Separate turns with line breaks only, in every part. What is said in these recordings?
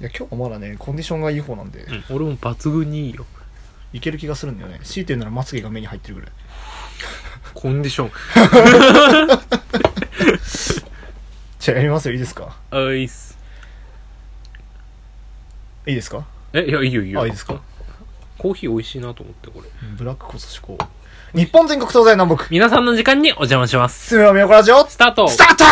いや今日はまだねコンディションがいい方なんで、
うん、俺も抜群にいいよ
いける気がするんだよね強いて言うならまつげが目に入ってるぐらい
コンディション
じゃあやりますよいいですか
あいいっす
いいですか
えいやいいよいいよ
あいいですか
コーヒー美味しいなと思ってこれ
ブラックこそ思考日本全国東西南北
皆さんの時間にお邪魔します
すべての都ラジオ
スタート
スタート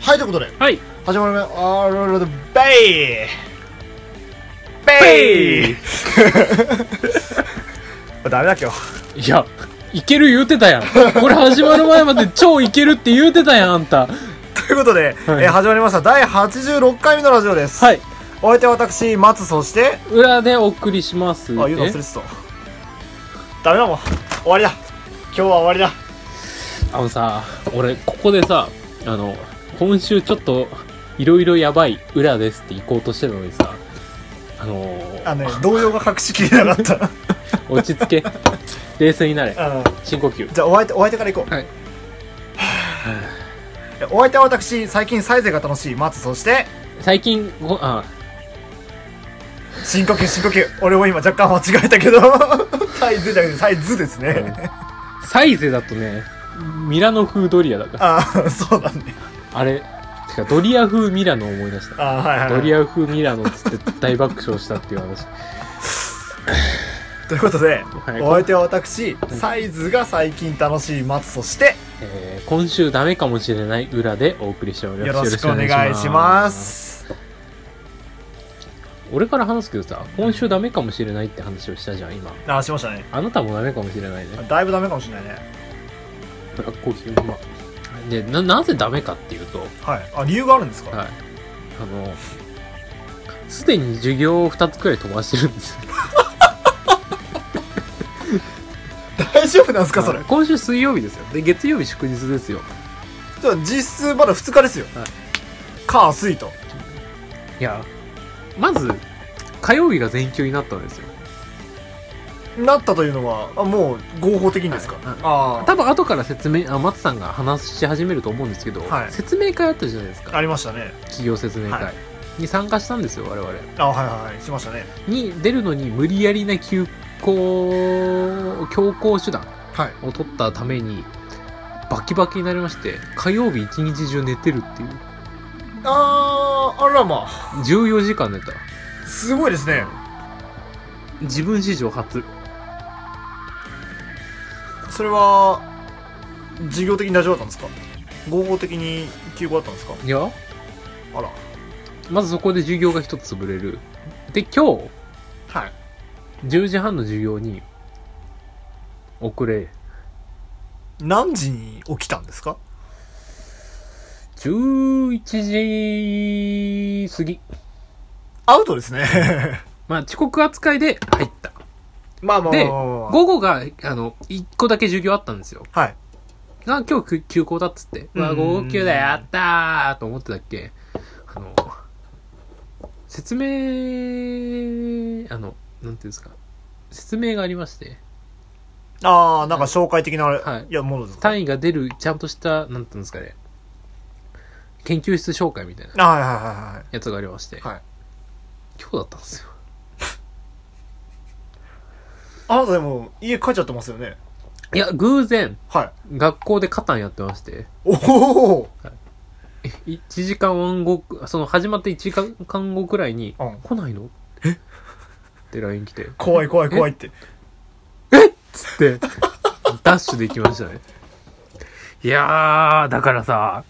はい、ということで、
はい
始まりまあーるるベイベイ
い
ダメだ今日。
やいける言うてたやんこれ始まる前まで超いけるって言うてたやんあんた
ということで、
はい
えー始まりました第86回目のラジオです。
はい
お相手は私、松、そして、
裏でお送りします
あ、言うの
え
忘れてた。ダメだもん。終わりだ。今日は終わりだ。
あのさ俺ここでさあの今週ちょっといろいろやばい裏ですって行こうとしてたのにさあのー
あのね、動揺が隠しきれなかった。
落ち着け冷静にな
う
れ
ん
深呼吸
じゃあ、お相手、お相手からいこう。
はい
えお相手は私、最近サイゼが楽しい松、そして、
最近ごあ
深呼吸、深呼吸。俺も今若干間違えたけど、 サイゼじゃなくてサイズですね。
サイゼだとねミラノ風ドリアだから
あーそうだね。
あれてかドリア風ミラノを思い出した
あーはいはい、はい。
ドリア風ミラノっつって大爆笑したってい う話
ということで、
はい
お相手は私、サイズが最近楽しい松そして、
えー今週ダメかもしれない裏でお送りしております
よろしくお願いします。
俺から話すけどさ今週ダメかもしれないって話をしたじゃん今
あ、しましたね。
あなたもダメかもしれないね
だいぶダメかもしれないね。
ブラックコーヒーうまいでななぜダメかっていうと
はい。あ、理由があるんですか
はいあのすでに授業を2つくらい飛ばしてるんですよ
大丈夫なんですかそれ
はい。今週水曜日ですよで月曜日祝日ですよ
じゃあ実質まだ2日ですよ
はい。
火、水と。
いやまず火曜日が全休になったんですよ
なったというのは、あもう合法的にですか
はい
あ
多分後から説明あ松さんが話し始めると思うんですけど、
はい
説明会あったじゃないです
あ。あ
か
りましたね。
企業説明会、
は
に参加したんですよ我々
あ、はいはいはい。しましたね。
に出るのに無理やりな休校強行手段
はい。
を取ったためにバキバキになりまして火曜日一日中寝てるっていう
あー、あらまあ。
14時間寝た
すごいですね。
自分史上初
それは、事業的に大丈夫だったんですか合法的に休校だったんですか
いや
あら。
まずそこで授業が一つ潰れるで今日
はい。
10時半の授業に遅れ
何時に起きたんですか
11時過ぎ
アウトですね。
まあ遅刻扱いで入った
まあまあまあ
で
まあまあ
午後があの1個だけ授業あったんですよ
はい。
が今日休休校だっつって、うわ、
うん
5休だよ、やったーと思ってたっけ、あの、説明、あの、なんていうんですか、説明がありまして、
ああ、なんか紹介的な、
はい
い、や、ものですか。
単位が出る、ちゃんとした、なんていうんですかね、研究室紹介みたいな
あはいはいはいはい。
やつがありまして、
はい
今日だったんですよ。
あなたでも、家帰っちゃってますよね。
いや、偶然、
はい。
学校でカタンやってまして、
おお
1時間後、その始まって1時間後くらいに、
うん
来ないのって LINE 来て、
怖い怖い怖いって。
つって、ダッシュで行きましたね。いやー、だからさ、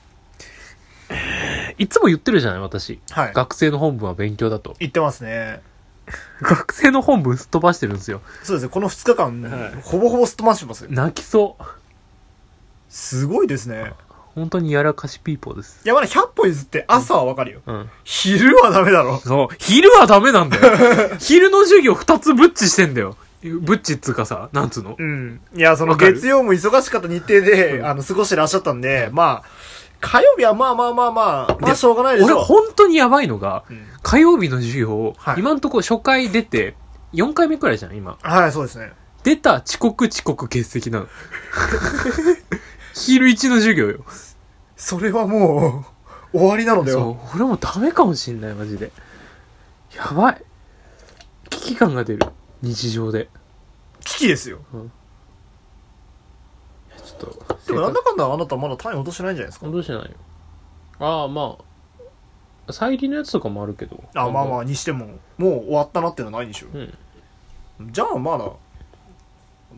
いつも言ってるじゃない、私。
はい。
学生の本文は勉強だと。
言ってますね。
学生の本文すっ飛ばしてるんですよ。
そうですね、この2日間、
はい
ほぼほぼすっ飛ばしてますよ。
泣きそう。
すごいですね。
本当にやらかしピーポーです。
いや、まだ100歩譲って朝はわかるよ。
うん。
昼はダメだろ。
そう、昼はダメなんだ よ。昼の授業二つブッチしてんだよ。ブッチっつうかさ、なんつうの
うん。いや、その
わかる
月曜も忙しかった日程で、あの、過ごしてらっしゃったんで、まあ、火曜日はまあまあまあまあ、まあしょうがないでし
俺
ょ。
本当にやばいのが、
うん
火曜日の授業、
はい
今んとこ初回出て、4回目くらいじゃん、今。
はい、そうですね。
出た遅刻遅刻欠席 なの。昼一の授業よ。
それはもう、 終わりなのだよ。
そう、俺もダメかもしんない、マジで。やばい。危機感が出る。日常で。
危機ですよ。
ちょっ
で
と、
もなんだかんだあなたまだ単位落としてないんじゃないですか。
どうしてないよ。ああ、まあ、再利のやつとかもあるけど。
あ、まあま
あ。
あ、にしても、もう終わったなっていうのはないでしょ。
うん。
じゃあまだ、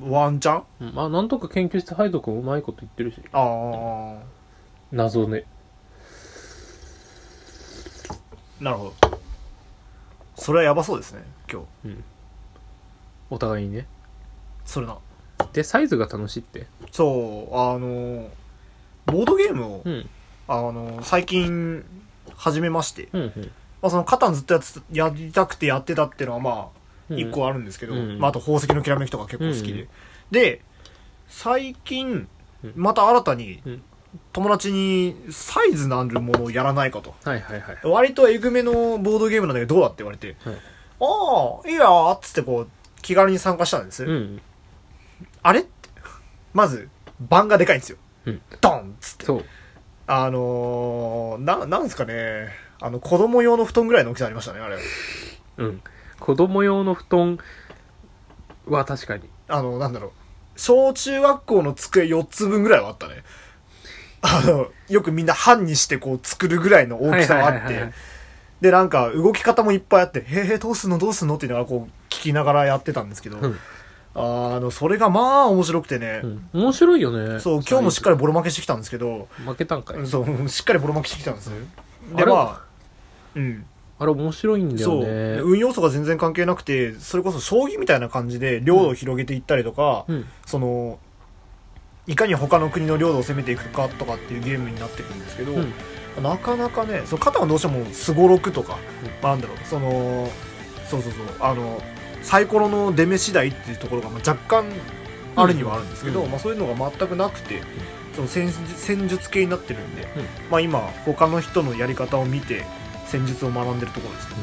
ワンチャン
うんまあ、なんとか研究して、ハイド君うまいこと言ってるし。
ああ、
謎ね。
なるほど。それはやばそうですね、今日。
お互いにね。
それな。
で、サイズが楽しいって。
そう、あの、ボードゲームを、
うん。
あの、最近、始めまして。
うん、うん。
まあ、その、カタンずっとやつやりたくてやってたっていうのは、まあ、
うん
一。個あるんですけど、
うん
まあ、あと宝石のきらめきとか結構好きで、
うん
で最近
うん
また新たに
うん
友達にサイズのあるものをやらないかと
はいはいはい。
割とえぐめのボードゲームなんだけどどうだって言われて、
はい
ああいいやっつってこう気軽に参加したんです、
うん。
あれってまず盤がでかいんですよ、
うん
ドンっつって
そう。
あのー、ななんですかねあの子供用の布団ぐらいの大きさありましたねあれ
うん。子供用の布団は確かに。
あの、なんだろう。小中学校の机4つ分ぐらいはあったね。あの、よくみんな班にしてこう作るぐらいの大きさはあっ
はいはいはいは
て
い。
で、なんか動き方もいっぱいあって、へーへーどうすんのどうすんのっていうのがこう聞きながらやってたんですけど、
うん
あの、それがまあ面白くてね、
うん。面白いよね。
そう、今日もしっか
り。
りボロ負けしてきたんですけど、
負けたんかい。
そう、しっかりボロ負けしてきたんですよ。
あ
で、
れ
まあ、うん。
あれ面白いんだよ
そう。
ね。
運要素が全然関係なくて、それこそ将棋みたいな感じで領土を広げていったりとか、
うん。
そのいかに他の国の領土を攻めていくかとかっていうゲームになってくるんですけど、
うん
なかなかねその肩はどうしてもすごろくとか、
うん
まあなんだろうそのそうそうそうあのサイコロの出目次第っていうところが、まあ、若干あるにはあるんですけど、
うん
まあ、そういうのが全くなくて、その戦術戦術系になってるんで、
うん
まあ、今他の人のやり方を見て戦術を学んでるところです、ね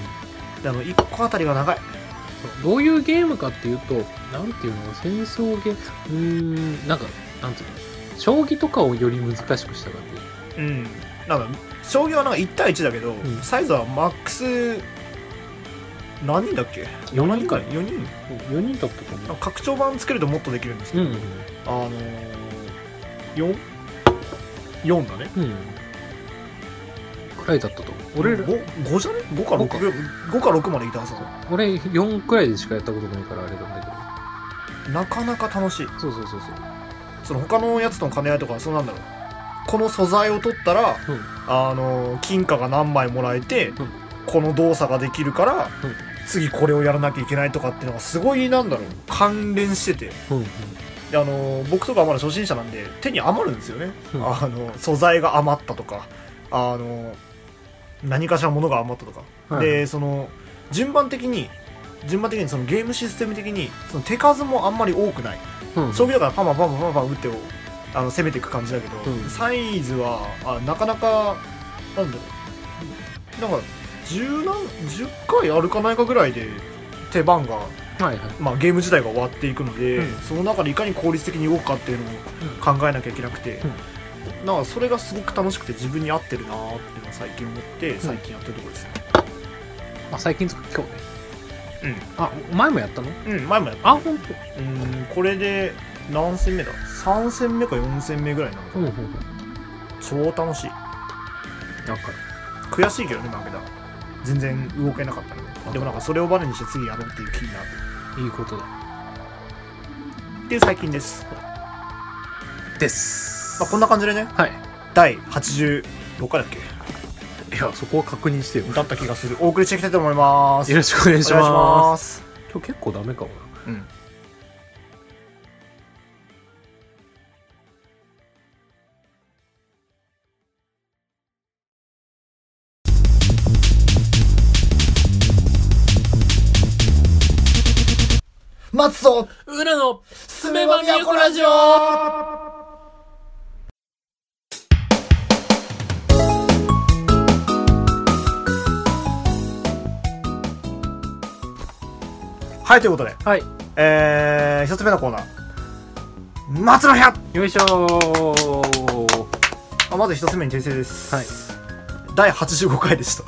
であの1個あたりが長い
どういうゲームかっていうと、なんていうの、戦争ゲーム、うーん、なんか、なんていうの、将棋とかをより難しくした感
う
じ。
ん、なんか将棋はなんか1対1だけど、
ん
サイズはマックス何人だっけ
4人かい
4人
4人だったと
なん
思
か拡張版つけるともっとできるんですけ
う。う
ど、
ん。
あのー、44だね
うん。くらいだったと思う。俺ら、
5, 5じゃね5か6か5か6までいたはずだ
俺4くらいでしかやったことないからあれな
な
んだ
かなか楽しい
けど。そうそうそうそう。
その他のやつとの兼ね合いとかそうなんだろうこの素材を取ったら、
うん
あのー金貨が何枚もらえて、
ん
この動作ができるから、
うん
次これをやらなきゃいけないとかっていうのがすごいなんだろう関連してて
うんうん。
であのー僕とかはまだ初心者なんで手に余るんですよね、
うん
あの素材が余ったとかあの何かしらものが余ったとか、
はい
でその順番的に順番的にそのゲームシステム的にその手数もあんまり多くない
うん、
将棋だからパンパンパンパンパン打ってあの攻めていく感じだけど、
うん
サイズはあなかなかなんだろうなんか10何10回歩かないかぐらいで手番が、
はいはい。
まあ、ゲーム自体が終わっていくので、
うん
その中でいかに効率的に動くかっていうのを考えなきゃいけなくて、なんかそれがすごく楽しくて自分に合ってるなーっていうのは最近思って最近やってるところですね、
あ、最近つく、今日ね。うん。あ、前もやったの
うん、前もやっ
あ、ほんと。
たうんこれで何戦目だ3戦目か4戦目ぐらいなのか
うん
な、
うんうん。
超楽しい
なんか、
悔しいけどね負けた全然動けなかったけどでもなんかそれをバネにして次やろうっていう気になる
いいことだ。
っていう最近です、
です。
まあ、こんな感じでね
はい。
第86回だっけ
いや、そこは確認してよ。
だった気がするお送りしていきたいと思います
よろしくお願いし
お願いし
ま。
ますす
今日結構ダメかも
う
な。
ん待つぞ
裏の
ス
メマミヤコラジオ
はい、ということで、
はい。
えー、一つ目のコーナー。松の部屋
よいしょー。
あまず一つ目に訂正です。
はい。
第85回で した。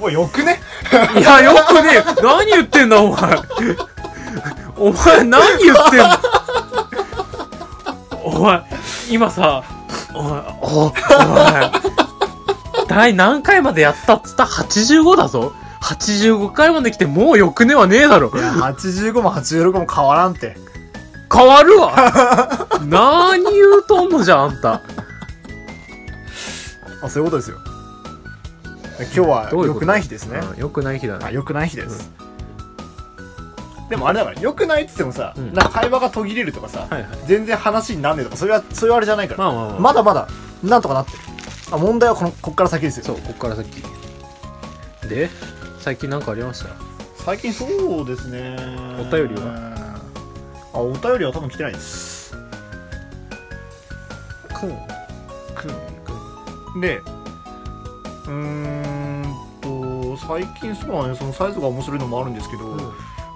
もうよく ね
いや、よくねえ何言ってんだ、お前。お前、何言ってんだ。お前、今さ、お前、お、お前、第何回までやったっつった ?85 だぞ。85回まで来て、もうよくねはねえだろ。
85も86も変わらんて。
変わるわ。何言うとんのじゃあ、あんた。
あ、そういうことですよ。今日は
どういう
良
こと
くない日ですね。
うんよくない日だ
あ、
ね。
良くない日です。でもあれだから、良くないって言ってもさ、
うん
なんか会話が途切れるとかさ、
はいはい。
全然話になんねえとか、それは、そういうあれじゃないから。
まあまあまあ。
まだまだ、なんとかなってる。あ問題はこの、こっから先ですよ。
そう、こっから先。で、最近なんかありました
最近そうですね。
お便り
はあ、お便りは多分来てないです。
くん。
で、うーんと、最近そうだね、そのサイズが面白いのもあるんですけど、
うん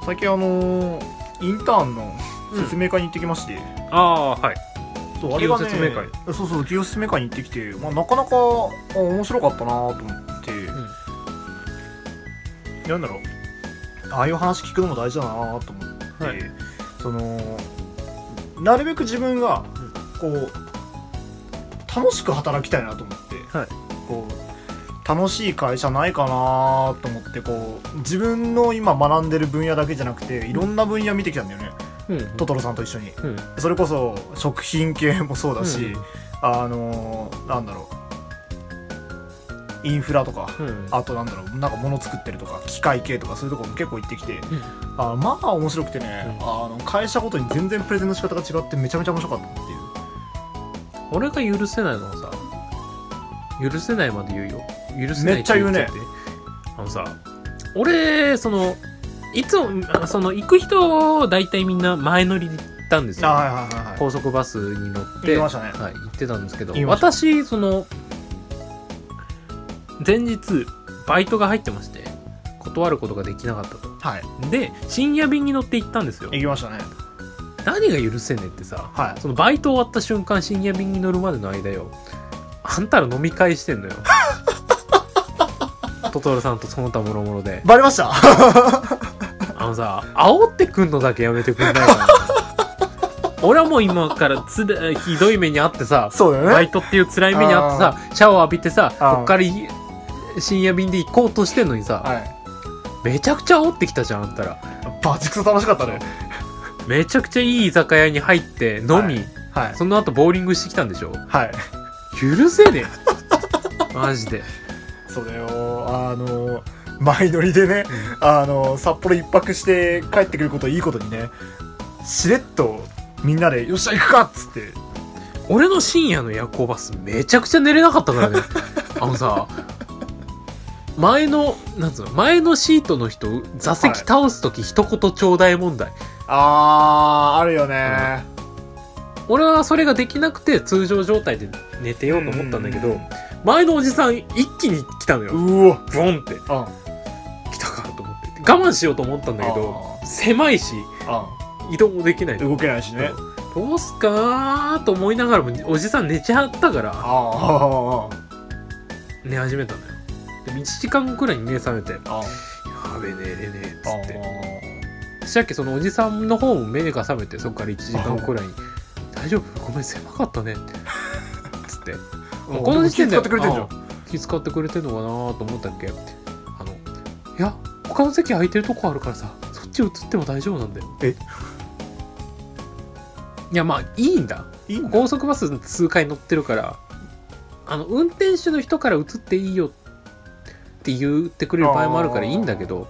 最近あのーインターンの説明会に行ってきまして、
ああーはい
そう
企業説明会
そうそう企業説明会に行ってきて、まあ、なかなかあ面白かったなと思って、なんだろうああいう話聞くのも大事だなと思って、
はい
そのなるべく自分がこう楽しく働きたいなと思って、
はい
こう楽しい会社ないかなと思ってこう自分の今学んでる分野だけじゃなくていろんな分野見てきたんだよね、
うん
トトロさんと一緒に。
うん
それこそ食品系もそうだし、
うん
あのーなんだろうインフラとか、
うん
あとなんだろうなんか物作ってるとか機械系とかそういうところも結構行ってきて
うん
あまあ面白くてね、
う
あの会社ごとに全然プレゼンの仕方が違ってめちゃめちゃ面白かったっていう
俺が許せないのはさ許せないまで言うよ許せない
めっちゃ言うね
て言っちゃってあのさ俺そのいつもあその行く人大体みんな前乗りで行ったんですよ、
いはいはい
高速バスに乗って
言いましたね
はい、行ってたんですけど
言いました
私その前日バイトが入ってまして断ることができなかったと
はい
で深夜便に乗って行ったんですよ
行きましたね
何が許せねえってさ
はい
そのバイト終わった瞬間深夜便に乗るまでの間よあんたら飲み会してんのよ トトロさんとその他もろもろで
バレました
あのさ煽ってくんのだけやめてくんないかな俺はもう今からつらひどい目にあってさ
そうだよ
バ
ね
イトっていう辛い目にあってさシャワー浴びてさ
あー
こっからい深夜便で行こうとしてんのにさ
はい
めちゃくちゃ煽ってきたじゃんあんたら
バチクソ楽しかったね
めちゃくちゃいい居酒屋に入って飲み、
ははい
その後ボーリングしてきたんでしょ
はい
許せね えマジで
それをあの前乗りでね、あの札幌一泊して帰ってくることをいいことにねしれっとみんなで「よっしゃ行くか!」っつって
俺の深夜の夜行バスめちゃくちゃ寝れなかった からねあのさ前のなんつうの前のシートの人座席倒す時一言ちょうだい問題、
あーあるよね、
俺はそれができなくて通常状態で寝てようと思ったんだけど、前のおじさん一気に来たの
う
よ
うお
ボンって
あん
来たかと思って我慢しようと思ったんだけど狭いし
あ
移動もできな
ん
い
動けないしね
どうすかーと思いながらもおじさん寝ちゃったから
あー
寝始めたのよでも1時間後くらいに目覚めて「や
あーあー
べえ寝れねえ」っつ
あ
ってそしたっけそのおじさんの方も目が覚めてそっから1時間後くらいに「大丈夫ごめん狭かったね」ってつって
ー
もうこの時点で
気遣ってくれてんじゃん
うん気遣ってくれてんのかなと思ったっけあのいや他の席空いてるとこあるからさそっち移っても大丈夫なんだよ
え
いやまあいいんだ
いいんだ
高速バス数回乗ってるからあの運転手の人から移っていいよって言ってくれる場合もあるからいいんだけど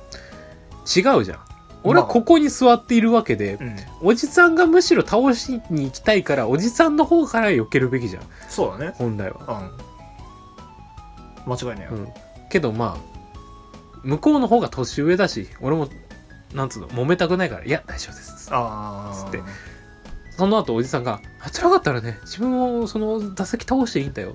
違うじゃん俺はここに座っているわけで、
うん
おじさんがむしろ倒しに行きたいからおじさんの方から避けるべきじゃん
そうだね
本来は、
うん間違いないよ、
うん、けどまあ向こうの方が年上だし俺もなんつうの揉めたくないからいや大丈夫です
ああ
つってその後おじさんが「あ辛かったらね自分をその座席倒していいんだよ」っ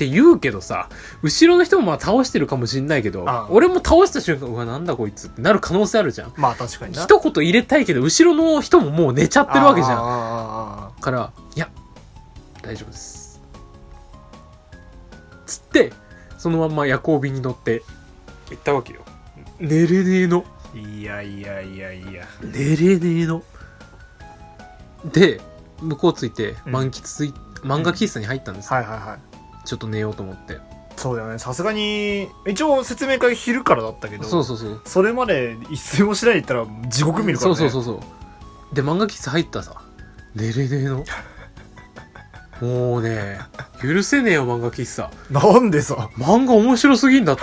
て言うけどさ後ろの人もまあ倒してるかもしんないけど
ああ
俺も倒した瞬間うわなんだこいつってなる可能性あるじゃん
まあ確かにな
一言入れたいけど後ろの人ももう寝ちゃってるわけじゃん
ん
から「いや大丈夫です」つってそのまんま夜行便に乗って行ったわけよ寝れねえの
いやいやいやいや
寝れねえので向こう着いて
うん
満喫つい、漫画喫茶に入ったんです、
はいはいはい
ちょっと寝ようと思って
そうだよねさすがに一応説明会昼からだったけど
そうそうそう
それまで一睡もしないで言ったら地獄見るからね
そうそうそうそうで漫画喫茶入ったらさ寝れねえ のもうね許せねえよ漫画喫茶
なんでさ
漫画面白すぎんだって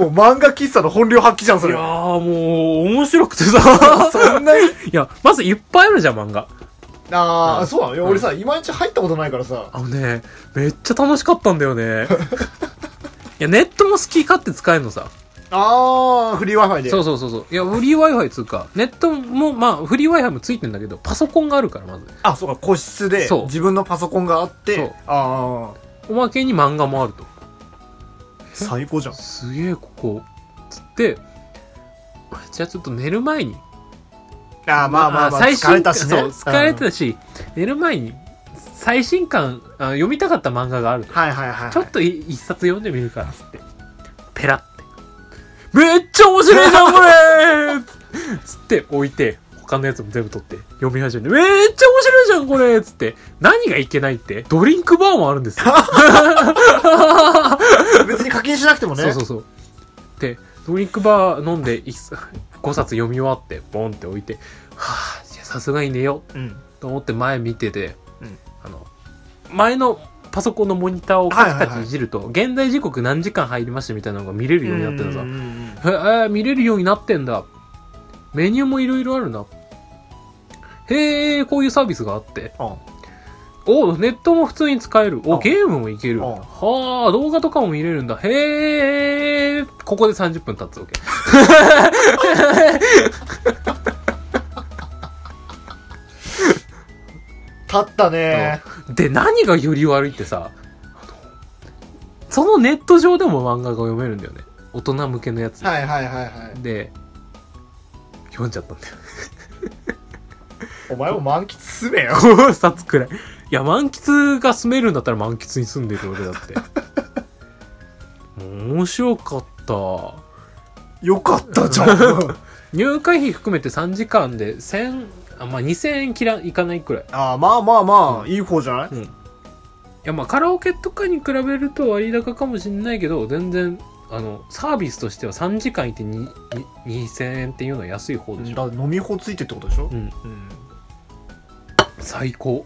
もう漫画喫茶の本領発揮じゃんそ
い
れ
やーもう面白くて さ
そんなに
いやまずいっぱいあるじゃん漫画
あ
う
あ
ん
そうなのよ
うん
俺さいまいち入ったことないからさ
あのねめっちゃ楽しかったんだ よねいやネットも好き勝手使えるのさ
ああフリー Wi-Fi で
そうそうそうそういやフリー Wi-Fi つうかネットもまあフリー Wi-Fi もついてんだけどパソコンがあるからまず
あそうか個室で
そう
自分のパソコンがあっ
そう
てああ
おまけに漫画もあると
最高じゃ ん
すげえここつってじゃあちょっと寝る前に
あーまあまあまあ
最新
疲れたしね
そう疲れて
うん
たし、寝る前に最新刊あ読みたかった漫画があると
はいはいはい
ちょっとい一冊読んでみるからっつって、ペラって。めっちゃ面白いじゃん、これつって置いて、他のやつも全部取って、読み始めて、めっちゃ面白いじゃん、これつって、何がいけないって、ドリンクバーもある んですよ。
別に課金しなくてもね
そうそうそう。で、ドリンクバー飲んで一冊、5冊読み終わって、ボンって置いて、はぁ、じゃあさすがに寝よ
うん
うと思って前見てて、
うん
あの、前の、パソコンのモニターをカチカ
はいはいは
チ
い
いじると、現在時刻何時間入りましたみたいなのが見れるようになってるのさ、
うんうんうん
へえー見れるようになってんだ。メニューもいろいろあるな。へえ、こういうサービスがあって。
あ
おネットも普通に使える。お
あ
ゲームもいける。
あ
はあ、動画とかも見れるんだ。へえ、ここで30分経つわけ。
立ったね
で、何がより悪いってさ、あのそのネット上でも漫画が読めるんだよね。大人向けのやつ。
はいはいはいはい
で、読んじゃったんだよ。
お前も満喫すめよ
5冊くらい。いや、満喫が住めるんだったら満喫に住んでる俺だって。もう面白かった。
よかった じゃん
入会費含めて3時間で1000、あ、まあ2000円切らいかないくらい。
ああまあまあまあいい方じゃない
うん。いや、まあカラオケとかに比べると割高かもしんないけど、全然、あの、サービスとしては3時間いてにに2000円っていうのは安い方でし
だ
ょ。
って飲み放ついてってことでしょ
うん。
うん
最高。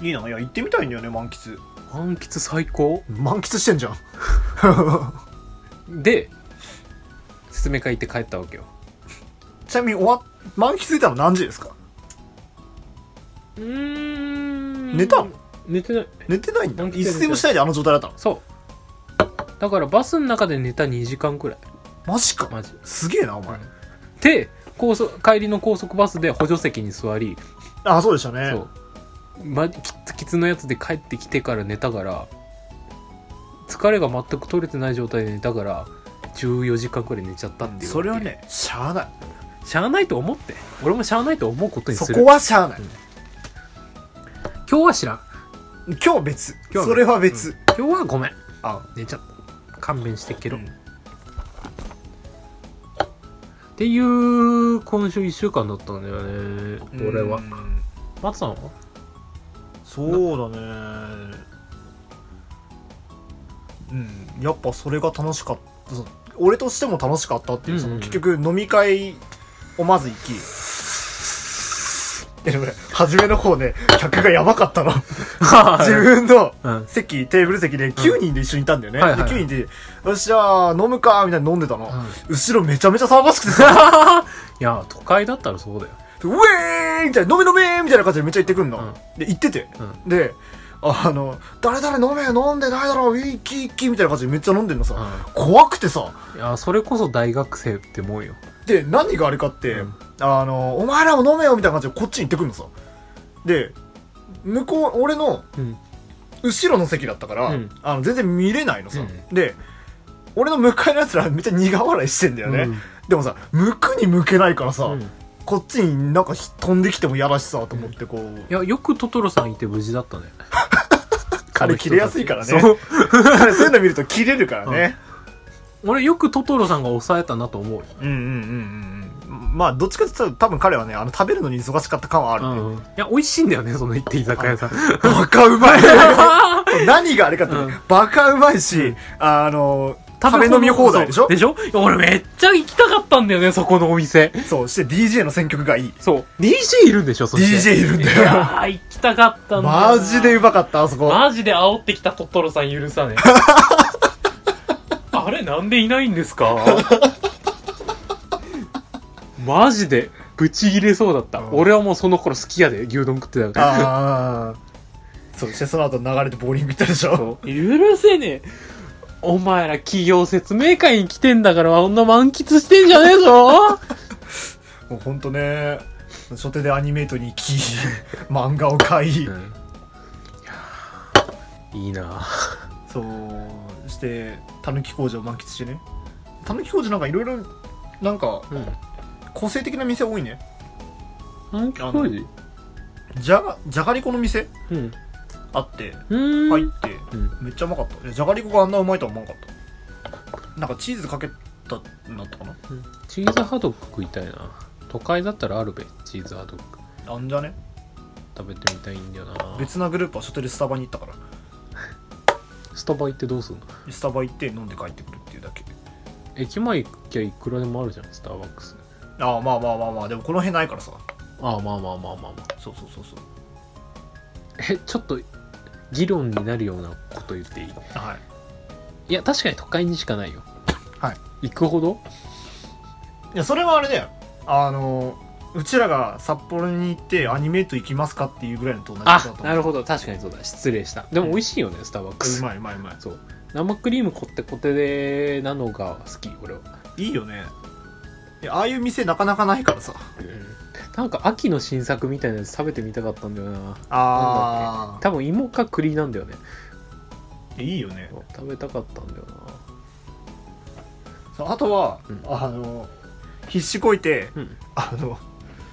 いいないや行ってみたいんだよね満喫
満喫最高。
満喫してんじゃん
で、説明会行って帰ったわけよ。
ちなみに終わ満喫ついたの何時ですか
うーん
寝たの
寝てない
寝てないんだ
満喫して
一
る
睡もしないであの状態だったの
そうだからバスの中で寝た2時間くらい
マジか
マジ
すげえなお前
で高速帰りの高速バスで補助席に座り
ああそうでしたね
そう、ま、キツキツのやつで帰ってきてから寝たから疲れが全く取れてない状態で寝たから14時間くらい寝ちゃったっていう
それはねしゃあな
しゃあないと思って俺もしゃあないと思うこと
い
に
そ
する
こはしゃあない
今日は知らん
今日は別
今日は別
それは別
今日はごめん
あ
寝ちゃった勘弁してけろ、
うん
っていう今週1週間だったんだよね俺は
うん
松さんは
そうだねうんやっぱそれが楽しかったそう俺としても楽しかったっていう、
うん
その結局飲み会をまず行きえでもね初めの方ね客がやばかった の自分の
うん
席テーブル席で9人で一緒にいたんだよね、
はいはいはい
で9人で「よっしゃー飲むか」みたいに飲んでたの、
うん
後ろめちゃめちゃ騒がしくてさ
いや都会だったらそうだよ
「ウェーイ!」みたいな「飲め飲め!」みたいな感じでめっちゃ言ってくんの、
うん
で行ってて、
うん
で、あの、誰々飲めよ飲んでないだろう、ウィッキーキーみたいな感じでめっちゃ飲んでんのさ、
う
怖くてさ、
いやそれこそ大学生って思うよ
で、何があれかって、
うん
あの、お前らも飲めよみたいな感じでこっちに行ってくんのさ。で、向こう俺の
うん
後ろの席だったから、
うん
あの全然見れないのさ、
う
で俺の向かいのやつらめっちゃ苦笑いしてんだよね、
うん
でもさ向くに向けないからさ、
うんい
こっちになんかひ飛んできても嫌だしさと思ってこう、
やよくトトロさんいて無事だったね
彼切れやすいからね
そう
彼 そういうの見ると切れるからね、
俺よくトトロさんが抑えたなと思うよ
うん、うんうんうんうんまあどっちかって言ったら多分彼はねあの食べるのに忙しかった感はあるね、
うん、いや美味しいんだよねその行って居酒屋さん
バカうまい 何があれかってね、
うん
バカうまいし、
うん
あの食べ飲み放題でしょ
でしょいや俺めっちゃ行きたかったんだよねそこのお店
そうして DJ の選曲がいい
そう DJ いるんでしょそして
DJ いるんだ
いや
よ
ー行きたかったんだよな
マジでうまかったあそこ
マジで煽ってきたトトロさん許 さねえあれなんでいないんですかマジでブチギレそうだった、
うん
俺はもうその頃好きやで牛丼食ってたか
あ
ら
あそうしてその後流れてボーリング行ったでしょ
そう許せねえお前ら企業説明会に来てんだからあんな満喫してんじゃねえぞ
もうほんとね初手でアニメートに行き 漫画を買い、
うんいいなあ
そうしてたぬき工場を満喫してねたぬき工場なんかいろいろなんか個性的な店多いね
うん工事
じゃがじゃがりこの店
うん
あって
うん
入って
うん
めっちゃうまかったいやじゃがりこがあんなうまいとは思わなかったなんかチーズかけたなったかな
チーズハドック食いたいな都会だったらあるべチーズハドック
あんじゃね
食べてみたいんだよな
別なグループは初手でスタバに行ったから
スタバ行ってどうすんの
スタバ行って飲んで帰ってくるっていうだけ
駅前行きゃいくらでもあるじゃんスターバックス
ああまあまあまあまあでもこの辺ないからさ
ああまあまあまあまあまあ
そうそうそうそう
えちょっと議論になるようなこと言っていい
はい
いや確かに都会にしかないよ
はい
行くほど
いやそれはあれだよあのうちらが札幌に行ってアニメート行きますかっていうぐらいのと同じことだと
あ
思う
なるほど確かにそうだ失礼したでも美味しいよねスターバック
う
ス
まいうまいうまい
そう生クリームこってこてでなのが好き俺は、
いいよねいやああいう店なかなかないからさ
なんか秋の新作みたいなやつ食べてみたかったんだよな
あ
多分芋か栗なんだよね
あいいよね
食べたかったんだよな
そうあとは、
うん
あの必死こいて
うん
あの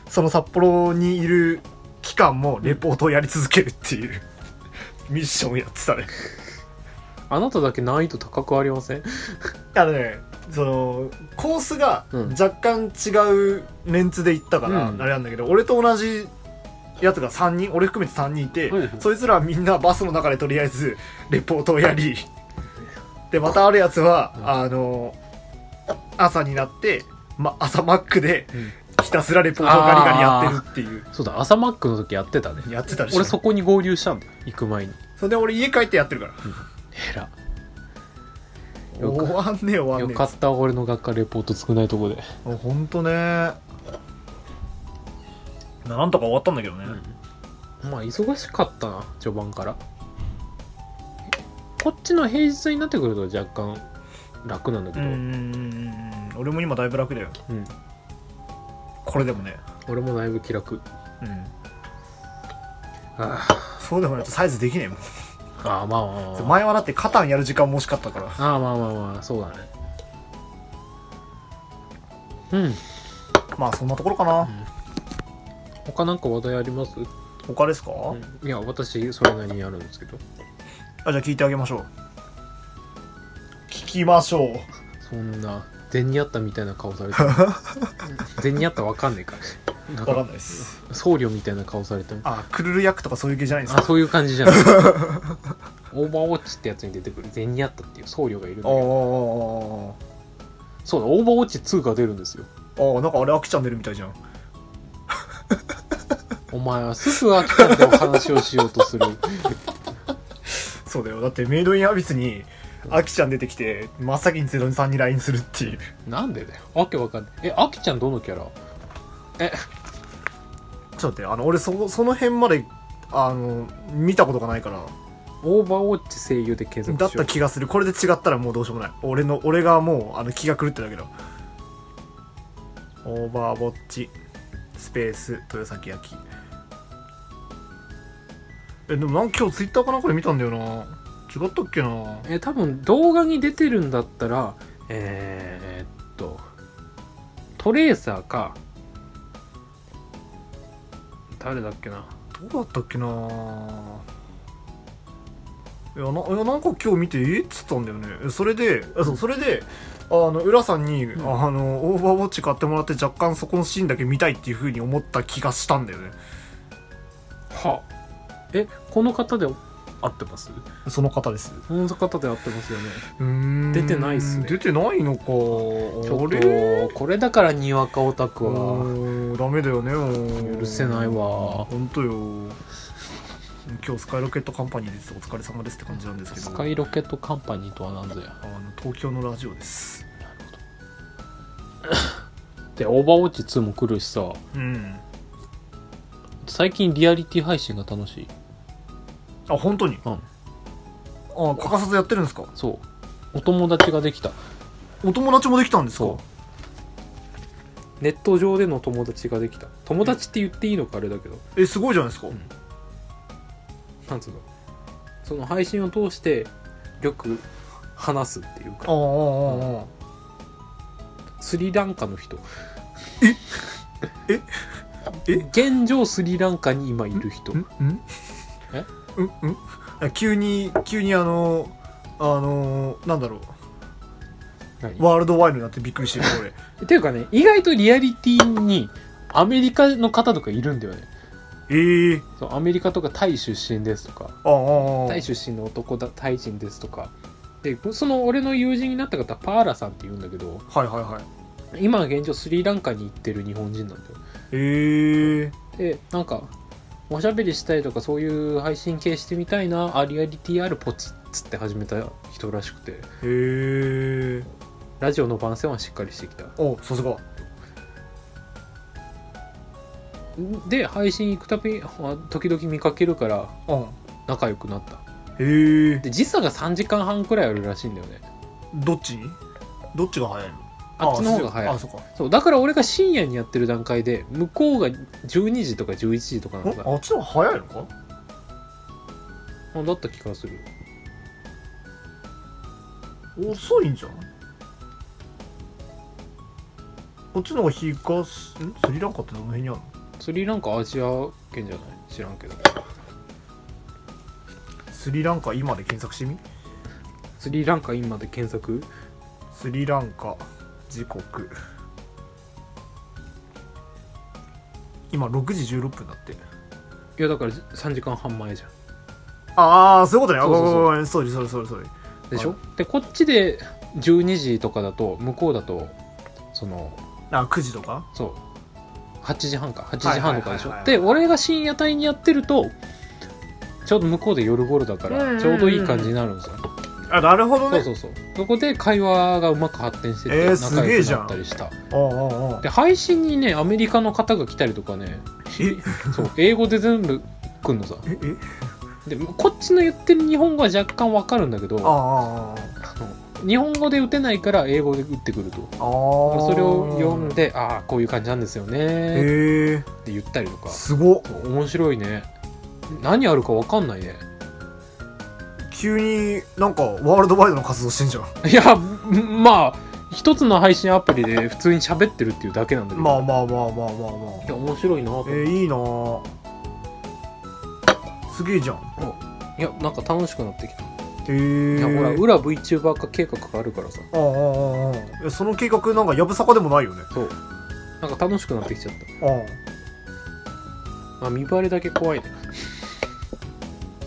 その札幌にいる期間もレポートをやり続けるって いう、ミッションをやってたね
あなただけ難易度高くありません
あのねそのコースが
うん
若干違うメンツで行ったから、
うん
あれなんだけど俺と同じやつが3人俺含めて3人いて、
はいはい
そいつらはみんなバスの中でとりあえずレポートをやりでまたあるやつは、
うん
あの朝になって、ま、朝マックでひたすらレポートをガリガリやってるっていう
そうだ朝マックの時やってたね
やってたりして
俺そこに合流したんだよ行く前に
それで俺家帰ってやってるから
えらよか
終わんねえ終わ
よ
んね
かった俺の学科レポート少ないとこで、
えほんとねなんとか終わったんだけどね、
まあ忙しかったな序盤からこっちの平日になってくると若干楽なんだけ
う
ど、
ん俺も今だいぶ楽だよ
うん
これでもね、
俺もだいぶ気楽
うん、
あ
そうでもないとサイズできねえもん
ーあーまあまあまあ、まあ、
前はだってカタンやる時間も惜しかったから
あーまあまあまあそうだねうん
まあそんなところかな、
他なんか話題あります、
他ですか、
うんいや私それなりにあるんですけど
あじゃあ聞いてあげましょう聞きましょう
そんな銭にあったみたいな顔さ れて銭にあったわかんねえからな
分
ん
かん
か
ないです
僧侶みたいな顔されても
あクルル役とかそういう系じゃないんです
あ
か
そういう感じじゃないオーバーウォッチってやつに出てくるゼニアッタっていう僧侶がいるんだ
ああ
けど
ー
そうだオーバーウォッチ2が出るんですよ
あーなんかあれ飽きちゃん出るみたいじゃん
お前はすぐ飽きたんでお話をしようとする
そうだよだってメイドインアビスにアキちゃん出てきて真っ先にゼロさんに LINE するって いう
なんでだよわけわかんないえアキちゃんどのキャ
ち
ラ
ょっと待ってあの俺そその辺まであの見たことがないから
オーバーウォッチ声優で検
だ
索
っ
し
た
よう
気がするこれで違ったらもうどうしようもない俺の俺がもうあの気が狂ってるだけだオーバーウォッチスペース豊崎焼きえでもなんか今日ツイッターかなんかで見たんだよな違ったっけな
えー多分動画に出てるんだったらえーっとトレーサーか誰だっけな
どうだったっけないやないやなんか今日見てえっつったんだよねえそれであそうそれであの浦さんに、
ん
あのオーバーウォッチ買ってもらって若干そこのシーンだけ見たいっていうふうに思った気がしたんだよね
はえこの方で合ってます
その方です
この方で合ってますよね
うーん
出てないっすね
出てないのか
ちょ
あ
っ
れ
とこれだからにわかオタクは
うんダメだよねもう
許せないわ
本当よ今日スカイロケットカンパニーですお疲れ様ですって感じなんですけど
スカイロケットカンパニーとは何ぞや
あの東京のラジオです
でオーバーウォッチ2も来るしさ
うん
最近リアリティ配信が楽しい
あ本当に、
うん
あ欠かさずやってるんですか
そうお友達ができた
お友達もできたんですか
ネット上での友達ができた友達って言っていいのかあれだけど
えすごいじゃないですか、
んなんつうのその配信を通してよく話すっていう
あ
か
あああああ
スリランカの人
えええ
現状スリランカに今いる人
うんうん
え
うんうんあ急に急にあのあのなんだろ
何
うワールドワイドになってびっくりしてる 俺
っていうかね意外とリアリティにアメリカの方とかいるんだよね
ええ
そうアメリカとかタイ出身ですとか
ああああ
タイ出身の男だタイ人ですとかでその俺の友人になった方パーラさんって言うんだけど
はいはいはい
今現状スリランカに行ってる日本人なんだよ
ええ
でなんかおしゃべりしたりとかそういう配信系してみたいなあリアリティあるポチッつって始めた人らしくて
へえ
ラジオの番宣はしっかりしてきた
おさすが
で配信行くたびあ時々見かけるから
うん
仲良くなった
へえ
で時差が3時間半くらいあるらしいんだよね
どっちにどっちが早いの
あっちの方が早
あ
い
そうか
そうだから俺が深夜にやってる段階で向こうが12時とか11時とかなん
お
か
あっちの方が早いのか
だった気がする
遅いんじゃんこっちの方が東んスリランカってどの辺にあるの
スリランカアジア圏じゃない知らんけど
スリランカ今で検索してみ
スリランカ今で検索
スリランカ時刻今6時16分だって
いやだから3時間半前じゃん
ああそういうことねあ
そうそうそう
ごめんごめんそうそうそうそう
でしょ
は
でこっちで12時とかだと向こうだとその
あ9時とか
そう8時半か8時半とかでしょ
はいはいはいはい
で俺が深夜帯にやってるとちょうど向こうで夜頃だか
うんうんう
ら
ん
ちょうどいい感じになるんですよ
あなるほど
そう
ね
そうそうそこで会話がうまく発展してて
えーす
仲
げえ
良く
じゃん
なったりした
ああああ
で配信にねアメリカの方が来たりとかね
え
そう英語で全部来んのさ
ええ
でこっちの言ってる日本語は若干わかるんだけど
あああ
あの日本語で打てないから英語で打ってくると
あああ
それを読んで「ああこういう感じなんですよね」っ
へえ
て言ったりとか
すごっ
面白いね何あるか分かんないね
急になんかワールドワイドの活動してんじゃん
いやんまあ一つの配信アプリで普通に喋ってるっていうだけなんだけど、
まあ
い
まあまあまあまあまあ
や面白いなと思っ
え
て、
ー、いいなぁすげえじゃん
いやなんか楽しくなってきた、
えー、
いやほら裏 VTuber 化計画があるからさ
ああああああえその計画なんかやぶさかでもないよね
そうなんか楽しくなってきちゃっ
あ
たあ見バレだけ怖いね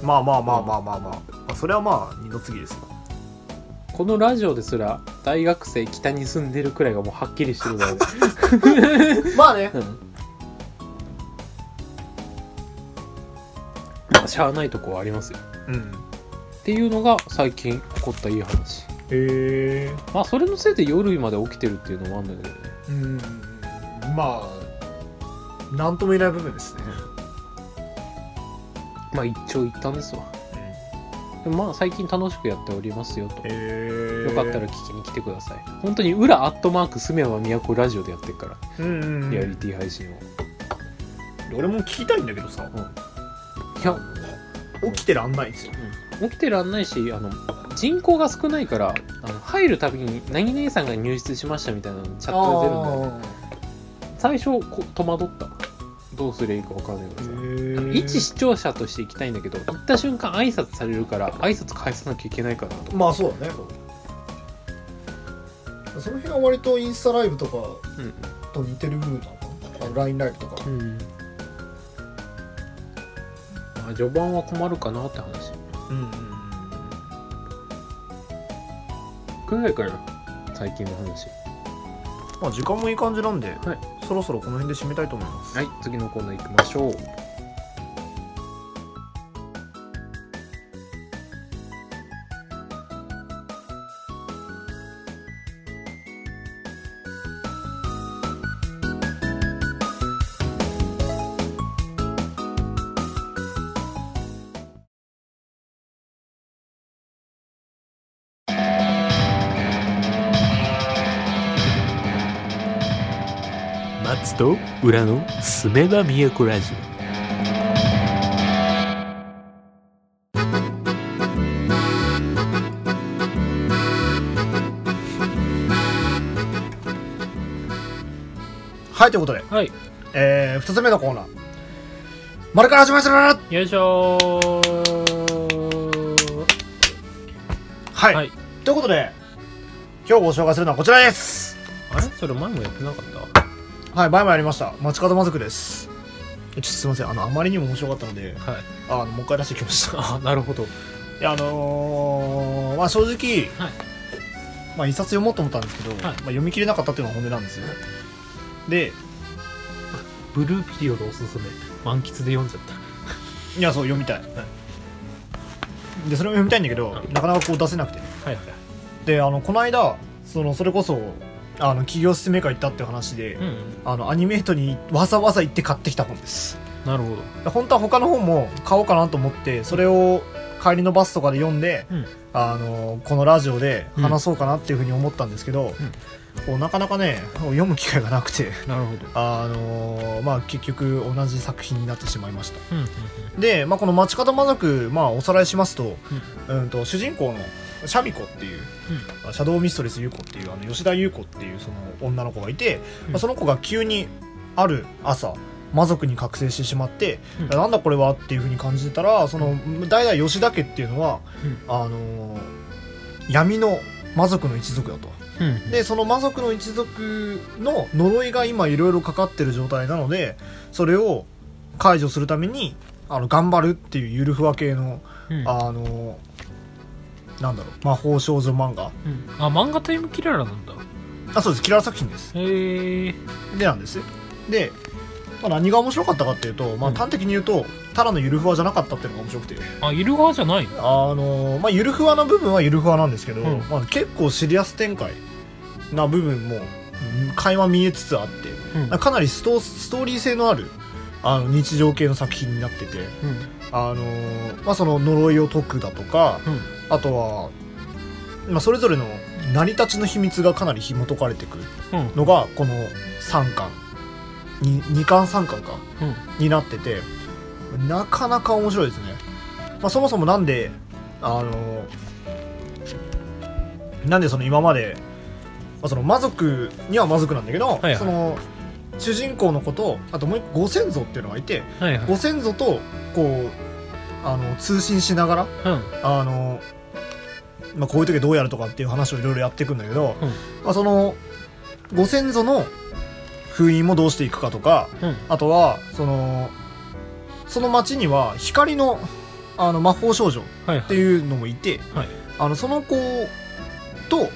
あまあまあまあまあまあまあ、まあ、それはまあ二の次ですよ
このラジオですら大学生北に住んでるくらいがもうはっきりしてるので、
まあね
うんまあしゃあないとこはありますよ
うん
っていうのが最近起こったいい話
え
まあそれのせいで夜まで起きてるっていうのもあるんだけどね
ー、うんまあなんとも言えない部分ですね、
まあ一長一短ですわでもまあ最近楽しくやっておりますよと
えー、
よかったら聞きに来てください本当に裏アットマークすめば都ラジオでやってるか
うんうんう
ら
ん
リアリティ配信を、
俺も聞きたいんだけどさ
いや
起きてらんないんですよ
起きてらんないしあの人口が少ないからあの入るたびに「何々さんが入室しました」みたいなのチャットで出るんだよね最初こ戸惑ったどうすりゃいいか分かんないからさ
出る
一視聴者として行きたいんだけど行った瞬間挨拶されるから挨拶返さなきゃいけないかなと
まあそうだねその辺は割とインスタライブとか
う
と似てる部分なのかなあの LINE ライブとか
ん、うん、まあ序盤は困るかなって話
うんうん
くらいかな最近の話
まあ時間もいい感じなんで、
はい
そろそろこの辺で締めたいと思います
はい次のコーナー行きましょう松と裏のすめばみやこラジ
はいということで、
オはい
えー、2つ目のコーナー「丸から始まりました
よいしょ
はい、
はい
ということで今日ご紹介するのはこちらです
あれそれ前もやってなかった
はい前もやりました街角マズクですちょっとすいませんあのあまりにも面白かったので
はい、
あのもう一回出してきました
あなるほど
いやあのーまあ正直、
はい
まあ一冊読もうと思ったんですけど、まあ、読み切れなかったっていうのが本音なんですよで
ブルーピリオドおすすめ満喫で読んじゃった
いやそう読みたい、でそれも読みたいんだけど、
はい
なかなかこう出せなくて
はいはい
であのこの間そのそれこそあの企業説明会行ったっていう話で、
うん
あのアニメートにわざわざ行って買ってきた本です
なるほど
本当は他の本も買おうかなと思ってそれを帰りのバスとかで読んで、
うん
あのこのラジオで話そうかなっていうふうに思ったんですけど、こうなかなかね読む機会がなくて
なるほど
あの、まあ、結局同じ作品になってしまいました
うんうん
で、まあ、この「街角まなく」まあ、おさらいしますと,、うん、と主人公のシャミ子っていう、シャドウミストレス優子っていうあの吉田優子っていうその女の子がいて、
うん
まあ、その子が急にある朝魔族に覚醒してしまって、
うん
なんだこれはっていうふうに感じてたらその代々吉田家っていうのは、
うん
あのー闇の魔族の一族だと。
うんうん
でその魔族の一族の呪いが今いろいろかかってる状態なのでそれを解除するためにあの頑張るっていうゆるふわ系の、
うん
あのなんだろう魔法少女漫画
うんあ漫画タイムキララなんだ
あそうですキラー作品です
へえ
でなんですで、まあ、何が面白かったかっていうと、まあ、
うん
端的に言うと、ただのゆるふわじゃなかったっていうのが面白くて
あイルガーじゃない
あのまあゆるふわな部分はゆるふわなんですけど、
うん
まあ、結構シリアス展開な部分もうん垣間見えつつあって
うん
かなりストストーリー性のあるあの日常系の作品になってて、
うん
あのーまあ、その呪いを解くだとか
うん
あとは、まあ、それぞれの成り立ちの秘密がかなり紐解かれてくる
うん
のがこの3巻 2, 2巻3巻か
うん
になっててなかなか面白いですね、まあ、そもそもなんであのなんでその今まで、まあ、その魔族には魔族なんだけど、
はいはい
その主人公の子とあともう一個ご先祖っていうのがいて
はいはい
ご先祖とこうあの通信しながら
うん
あの、まあ、こういう時はどうやるとかっていう話をいろいろやっていくんだけど、
うん
まあ、そのご先祖の封印もどうしていくかとか
うん
あとはそのその町には光のあの魔法少女っ
はいは
て
い
いうのもいて、
はい
あのその子と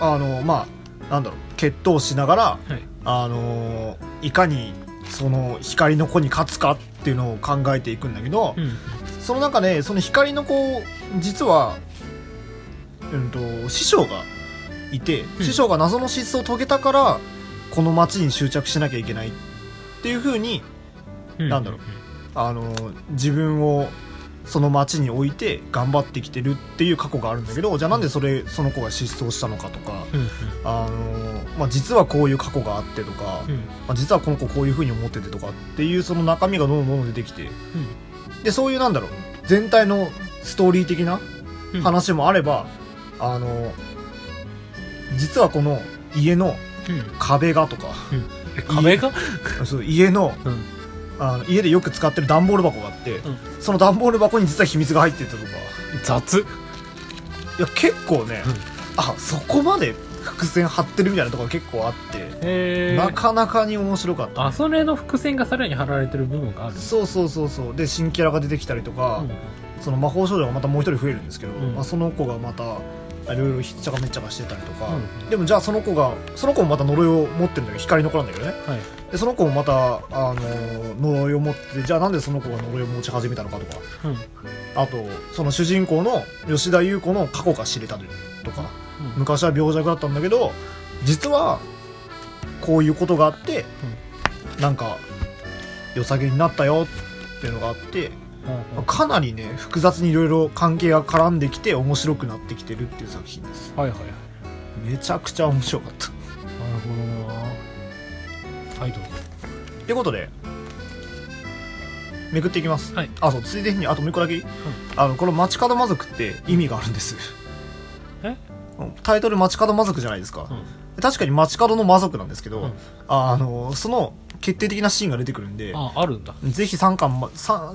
あのまあなんだろう決闘しながら、
はい
あのいかにその光の子に勝つかっていうのを考えていくんだけど、
うん
その中でその光の子実は、うん、と師匠がいて、
うん
師匠が謎の失踪を遂げたからこの町に執着しなきゃいけないっていうふうに
うん
なんだろうあの自分をその町に置いて頑張ってきてるっていう過去があるんだけどじゃあなんでそれその子が失踪したのかとか、
うん
あのまあ、実はこういう過去があってとか、
うん
まあ、実はこの子こういうふうに思っててとかっていうその中身がどんどんどんどん出てきて
うん
でそういうなんだろう全体のストーリー的な
うん
話もあれば、あの実はこの家の壁がとか
壁が
そう家の
うん
あの家でよく使ってる段ボール箱があって、
うん
その段ボール箱に実は秘密が入ってたとか
雑
いや結構ね、
うん
あそこまで伏線張ってるみたいなところが結構あって、
へ
なかなかに面白かった
あそれの伏線がさらに貼られてる部分がある
そうそうそうそうで新キャラが出てきたりとか、その魔法少女がまたもう一人増えるんですけど、
うん
まあ、その子がまたいろいろひっちゃかめっちゃかしてたりとか、
うん
でもじゃあその子がその子もまた呪いを持ってるんだけど光の子なんだけどね
はい
でその子もまた、あの呪いを持っててじゃあなんでその子が呪いを持ち始めたのかとか
うん
あとその主人公の吉田優子の過去が知れたとか
うん
昔は病弱だったんだけど実はこういうことがあって、なんか良さげになったよっていうのがあってかなりね複雑にいろいろ関係が絡んできて面白くなってきてるっていう作品です
はいはいはい
めちゃくちゃ面白かった
なるほどなはいどうぞ
ということでめくっていきます、
はい
あそうついでにあともう一個だけいい、あのこの「街角魔族」って意味があるんです
え
うんタイトル「街角魔族」じゃないですか、確かに街角の魔族なんですけど、
うん
ああのその決定的なシーンが出てくるんで
ああるんだ
ぜひ3巻ま 3,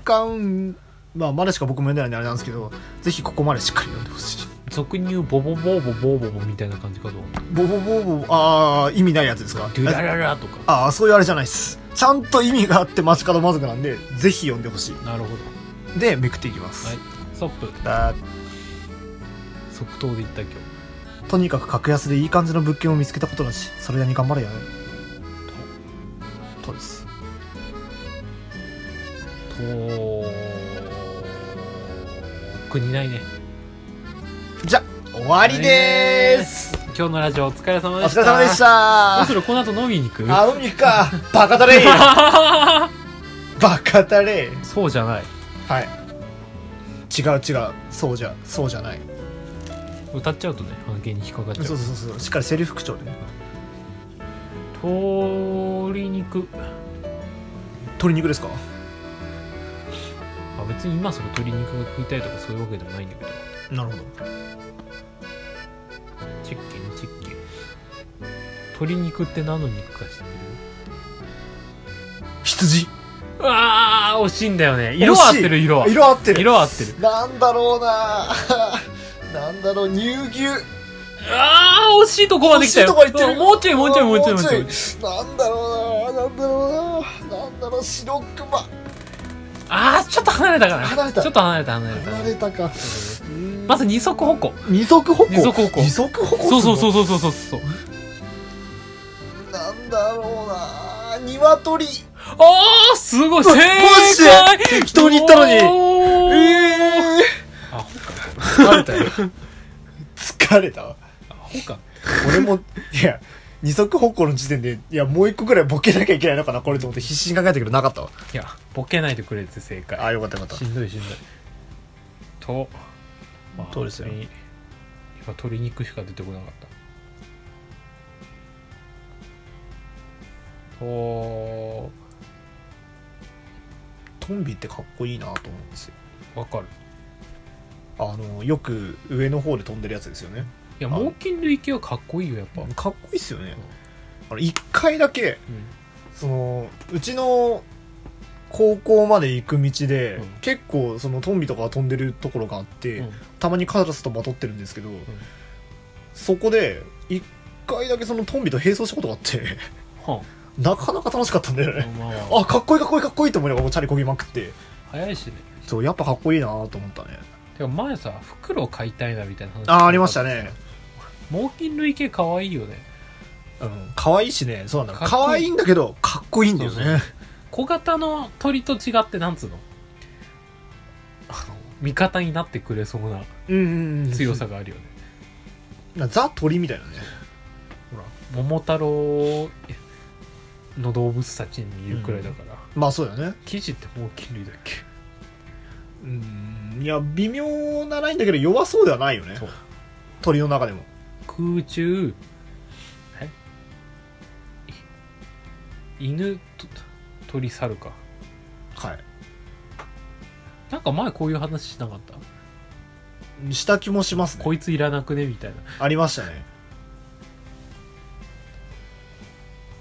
3巻、まあ、までしか僕も読んでないんであれなんですけどぜひここまでしっかり読んでほしい
俗に言うボボボーボボーボボみたいな感じかと思った
ボボボボボああ意味ないやつですか
デュラララとか
ああそういうあれじゃないっすちゃんと意味があって街角魔族なんでぜひ読んでほし
なるほど
いでめくっていきます、
はいストップ
だ
即答で言った今日
とにかく格安でいい感じの物件を見つけたことだしそれなりに頑張れよねとです
と国ないね
じゃ終わりでーす
今日のラジオお疲れ様
お
でし
疲
た
れ様でした
どう
あ
するこの後飲みに行く
飲みに行くかバカだ れバカだれ
そうじゃない
はい違う違うそうじゃそうじゃない
歌っちゃうとね関係に引っかかっちゃう
そうそうそうしっかりセリフ口調でね
鶏肉
鶏肉ですか
あ別に今その鶏肉が食いたいとかそういうわけでもないんだけど
なるほど
チッキンチッキン鶏肉って何の肉か知ってる
羊
うわー惜しいんだよね色は合ってる色は
色合ってる
色は合ってる
なんだろうな なんだろう乳牛
ああ惜しいとこまで来たよ
惜しいとこ行ってる
もうちょいもうちょいもうちょいもうちょい
なんだろうななんだろうななんだろう白クマ
ああちょっと離れたかな
離れた
ちょっと離れた離れた
離れたか
まず二足歩行
二足歩行
二足歩行
二足歩行
そうそうそううそうそうそうそう
なんだろうな鶏
ああすごい正
マ
解
ジで適当に言ったのに
おー
え
アホか疲れたよ
疲れたわ
アホか
俺もいや二足歩行の時点でいやもう一個ぐらいボケなきゃいけないのかなこれと思って必死に考えたけどなかったわ
いやボケないでくれって正解
あよかったよかっ
しんどいしんどいと、ま
そうですよ
本当に今鶏肉しか出てこなかったと
たトンビってかっこいいなと思うんですよ
わかる
あのよく上の方で飛んでるやつですよね
いや
あ
猛禽類系はかっこいいよやっぱ、うん
かっこいいっすよねあれ一回だけそのうちの高校まで行く道で、
うん
結構そのトンビとかが飛んでるところがあって、
うん
たまにカラスとバトってるんですけど、そこで一回だけそのトンビと並走したことがあって
は
なかなか楽しかったんだよ
あ
ね、
まあまあ
あかっこいいかっこいいかっこいいと思いながらもうチャリこぎまくって
早いしね
そうやっぱかっこいいなと思ったね
てか前さ袋を買いたいなみたいな話
ああありましたね
猛禽類系かわいいよね
うん可愛いしねそうなんだ
かっこいい
可愛いんだけどかっこいいんだよね
そうそ小型の鳥と違ってなんつうのあの味方になってくれそうな
うんうんうん
強さがあるよね
なザ鳥みたいなね
ほら桃太郎の動物たちにいるくらいだから、
まあそうだよね
生地って猛禽類だっけ
うんいや微妙なラインだけど弱そうではないよね
そう
鳥の中でも
空中えい犬と鳥猿か
はい
なんか前こういう話しなかった
した気もしますね
こいついらなくねみたいな
ありましたね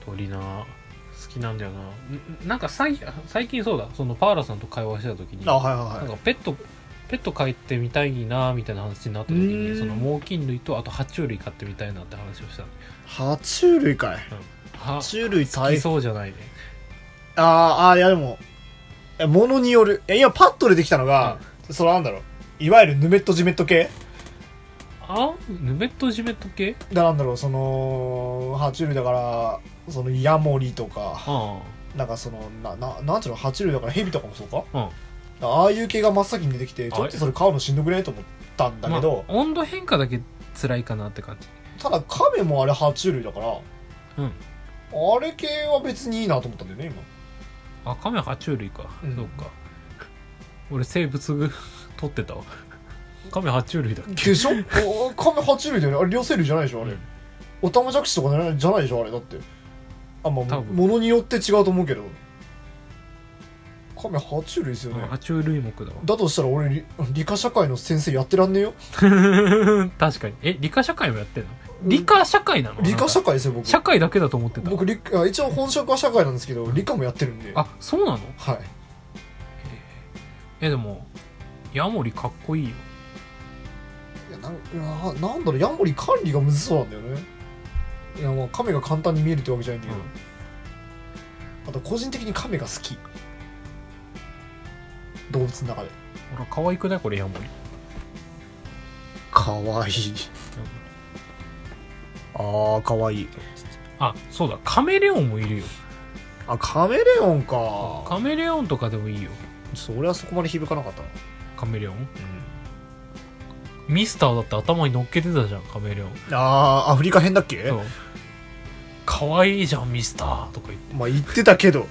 鳥な好きなんだよなんなんか最近最近そうだそのパーラさんと会話してた時に
あ
なんか
はいはいはい
ペットペット飼ってみたいなみたいな話になった時
う
に
ん
その猛禽類とあと爬虫類飼ってみたいなって話をしたの
爬虫類かい爬
は
虫類
好き
大変
そうじゃないね
あーあーいやでもえものによるいや今パッと出てきたのが、そのなんだろういわゆるヌメットジメット系
あヌメットジメット系
だなんだろうその爬虫類だからそのヤモリとか
あ
なんかそのなななんちゅうの爬虫類だからヘビとかもそうか
あうん
ああいう系が真っ先に出てきて
れ
ちょっとそれ買うのしんどくねと思ったんだけど、
まあ温度変化だけ辛いかなって感じ
ただカメもあれ爬虫類だから、
うん
あれ系は別にいいなと思ったんだよね今
あカメ爬虫類か、
うん
そうか俺生物ぐ 取ってたわカメ爬虫類だっけ
でしょ おカメ爬虫類だよねあれ両生類じゃないでしょあれ、
うん
オタマジャクシとかじゃないじゃないでしょあれだってあまあ
多分
ものによって違うと思うけどカメ爬虫類ですよね、
爬虫類目だわ
だとしたら俺理理科社会の先生やってらんねえよ
確かにえ理科社会もやってんの理科社会なの
理科社
会
会ですよ僕
社会だけだと思ってた
僕理科あ一応本職は社会なんですけど理科もやってるんでは
あそうなの
い
えでもヤモリかっこいいよ
いやなんいやなんだろうヤモリ管理がむずそうなんだよねいやまあ亀が簡単に見えるってわけじゃないんだけど、
うん
あと個人的に亀が好き動物の中で
ほら可愛くないこれヤモリ
かわいいああかわいい
あそうだカメレオンもいるよ
あカメレオン
カ
か
メレオンとかでもいいよ
それはそこまで響かなかったな
カメレオンミスターだって頭に乗っけてたじゃんカメレオン
あーアフリカ編だっけ
そう可愛いじゃんミスターとか言って
まあ言ってたけど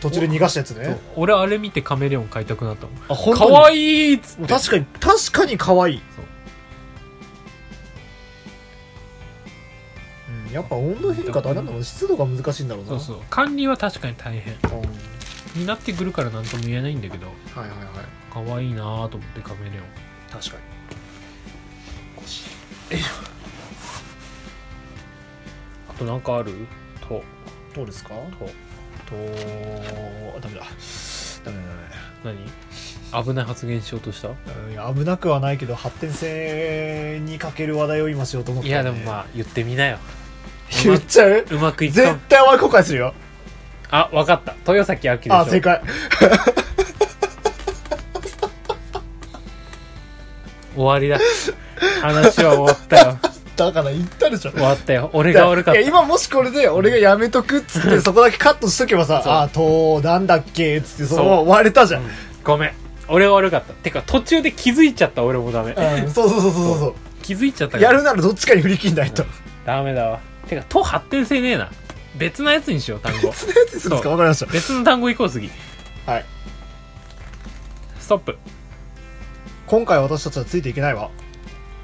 途中で逃がしたやつね
俺あれ見てカメレオン飼いたくなったもん
あ本当に
可愛いっつって
確かに確かに可愛い
そう
うん、やっぱ温度変化とあれなんだろう湿度が難しいんだろうな
そうそう管理は確かに大変
うん
になってくるから何とも言えないんだけど
はいはいはい
可愛いなぁと思ってカメレオン
確かに
あとなんかあると
どうですか
と
とダメだダメだ
何危ない発言しようとした
ダメだうんいや危なくはないけど発展性に欠ける話題を今しようと思って、
いやでもまあ言ってみなよ
言っちゃう
うまくいくか
絶
も
対お前後悔するよ
あわかった豊崎明でしょ
あ正解
終わりだ話は終わった よ
だから言ったでしょ
終わったよ俺が悪かっ
いや今もしこれで俺がやめとくっつってそこだけカットしとけばさ
そう
ああとなんだっけっつってその
そう
まま終われたじゃん、う
たごめん俺が悪かったてか途中で気づいちゃった俺もダメ
んそうそうそうそうそうそう
気づいちゃったから
やるならどっちかに振り切んないと。
ダメだわてか「と」発展性ねえな別のやつにしよう単語
そんなやつにするんです かわかりまし
別の単語いこう次
た。はい。
ストップ
今回私たちはついていけないわ。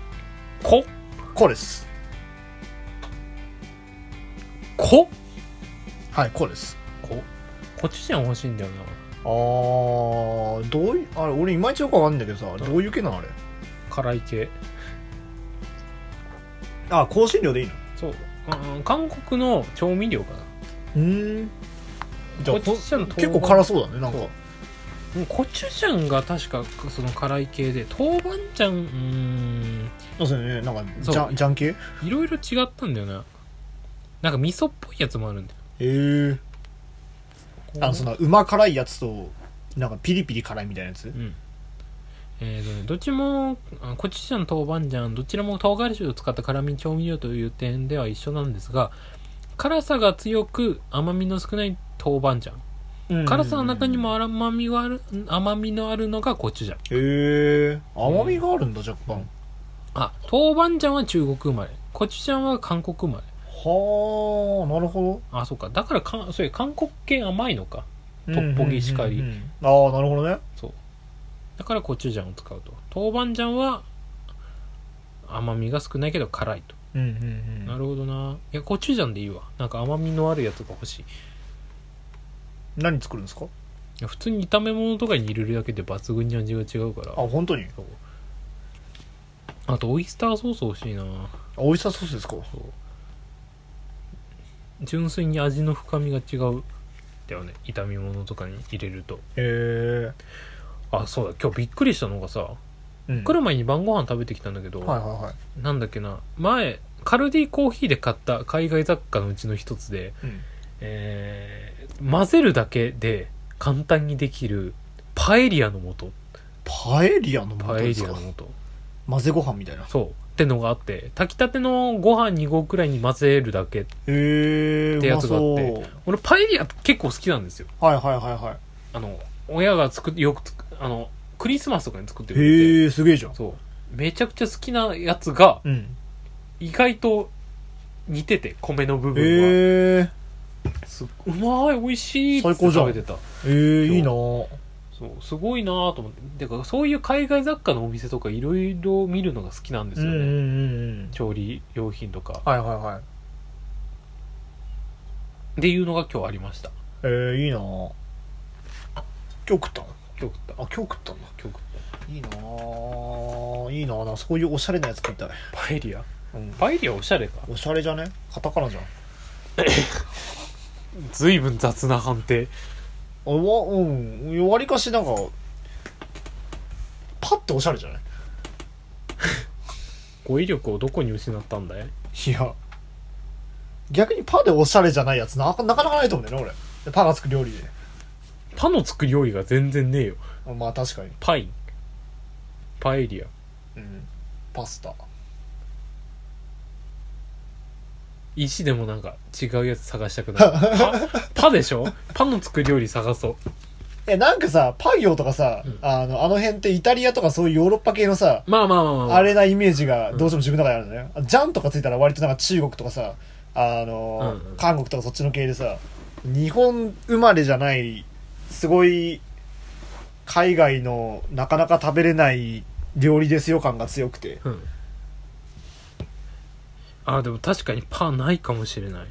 「こ」
こうです。
「こ」
はい、こうです。
「こ」コチュジャン欲しいんだよな
あー、どういう、あれ、俺いまいちよくわかんないんだけどさ、どういう系なのあれ。
辛い系
あ、香辛料でいいの
そううん韓国の調味料かな
うーん。じゃあ、
コチュジャン
結構
い
辛そうだね、なんか。
コチュジャンが確かその辛い系で豆板醤うーん
そうですね、なんか、
そう
じゃん、じゃん系へ
いろいろ違ったんだよななんか味噌っぽいやつもあるんだよ
えー。あの、その、うま辛いやつと、なんかピリピリ辛いみたいなやつ
うんえーとね、どっちもあコチュジャン豆板醤どちらも唐辛子を使った辛味調味料という点では一緒なんですが辛さが強く甘みの少ない豆板醤辛さの中に。も甘みがある甘みのあるのがコチュジャン
へえー。甘みがあるんだ、若干。
あ豆板醤は中国生まれコチュジャンは韓国生ま
は
れ
あ、なるほ
あそうかだからかそういう韓国系甘いのか
ど。
トッポギしかり
うんうんうんうん。ああ、なるほどね。
だからコチュジャンを使うと豆板醤は甘みが少ないけど辛いと
うんうん
なるほどないやコチュジャンでいいわなんか甘みのあるやつが欲しい
何作るんですか
や普通に炒め物とかに入れるだけで抜群に味が違うから
あ本当に
そうあとオイスターソース欲しいな
あオイスターソースですか
純粋に味の深みが違うだよね炒め物とかに入れると
へえ
あそうだ今日びっくりしたのがさ
うん
来る前に晩ご飯食べてきたんだけど、
はいはいはい
なんだっけな前カルディコーヒーで買った海外雑貨のうちの一つで、
うん
えー混ぜるだけで簡単にできるパエリアの素
パエリアの素
パエ
で
リ
す
ア
か
の素
混ぜご飯みたいなへ
そうってのがあって炊きたてのご飯2合くらいに混ぜるだけ
え
っ
う
てや
ま
つがあ
そ
っ
う
て俺パエリア結構好きなんですよ
はいはいは
あの親が作ってよく作あのクリスマスとかに作って
いはい
くれて
へえすげえじゃん
そうめちゃくちゃ好きなやつが
うん
意外と似てて米の部分は、
へえ
すうまい美味しいっつ
最
っ
高
て
じゃん
食べてた
えー、
そう
いいなぁ
そうすごいなぁと思ってだからそういう海外雑貨のお店とかいろいろ見るのが好きなんですよね、
うん
調理用品とか
はいはいはい
っていうのが今日ありました
えー、いいなぁ今日食ったのあ
今日食った
今日食ったんだ
今日食っ
いいなぁいいなぁなそういうおしゃれなやつ食いたい、
たパエリア
うん、
パエリアおしゃれか
おしゃれじゃねカタカナじゃん
ずいぶん雑な判定
あわうんわりかしなんかパッておしゃれじゃない
語彙力をどこに失ったんだい
いや逆にパでおしゃれじゃないやつななかなかないと思うんだよね俺パがつく料理で
パの作り料理が全然ねえよ
まあ確かに、
パインパエリア
うん、パスタ
石でもなんか違うやつ探した くなるパパでしょパの作り料理探そう
えなんかさパ行とかさ、
うん
あのあの辺ってイタリアとかそういうヨーロッパ系のさ
まあまあまあまあ、ま
あれなイメージがどうしても自分の中であるんだね、ジャンとかついたら割となんか中国とかさあの、
うんうん
韓国とかそっちの系でさ日本生まれじゃないすごい海外のなかなか食べれない料理ですよ感が強くて
うん、あでも確かにパンないかもしれない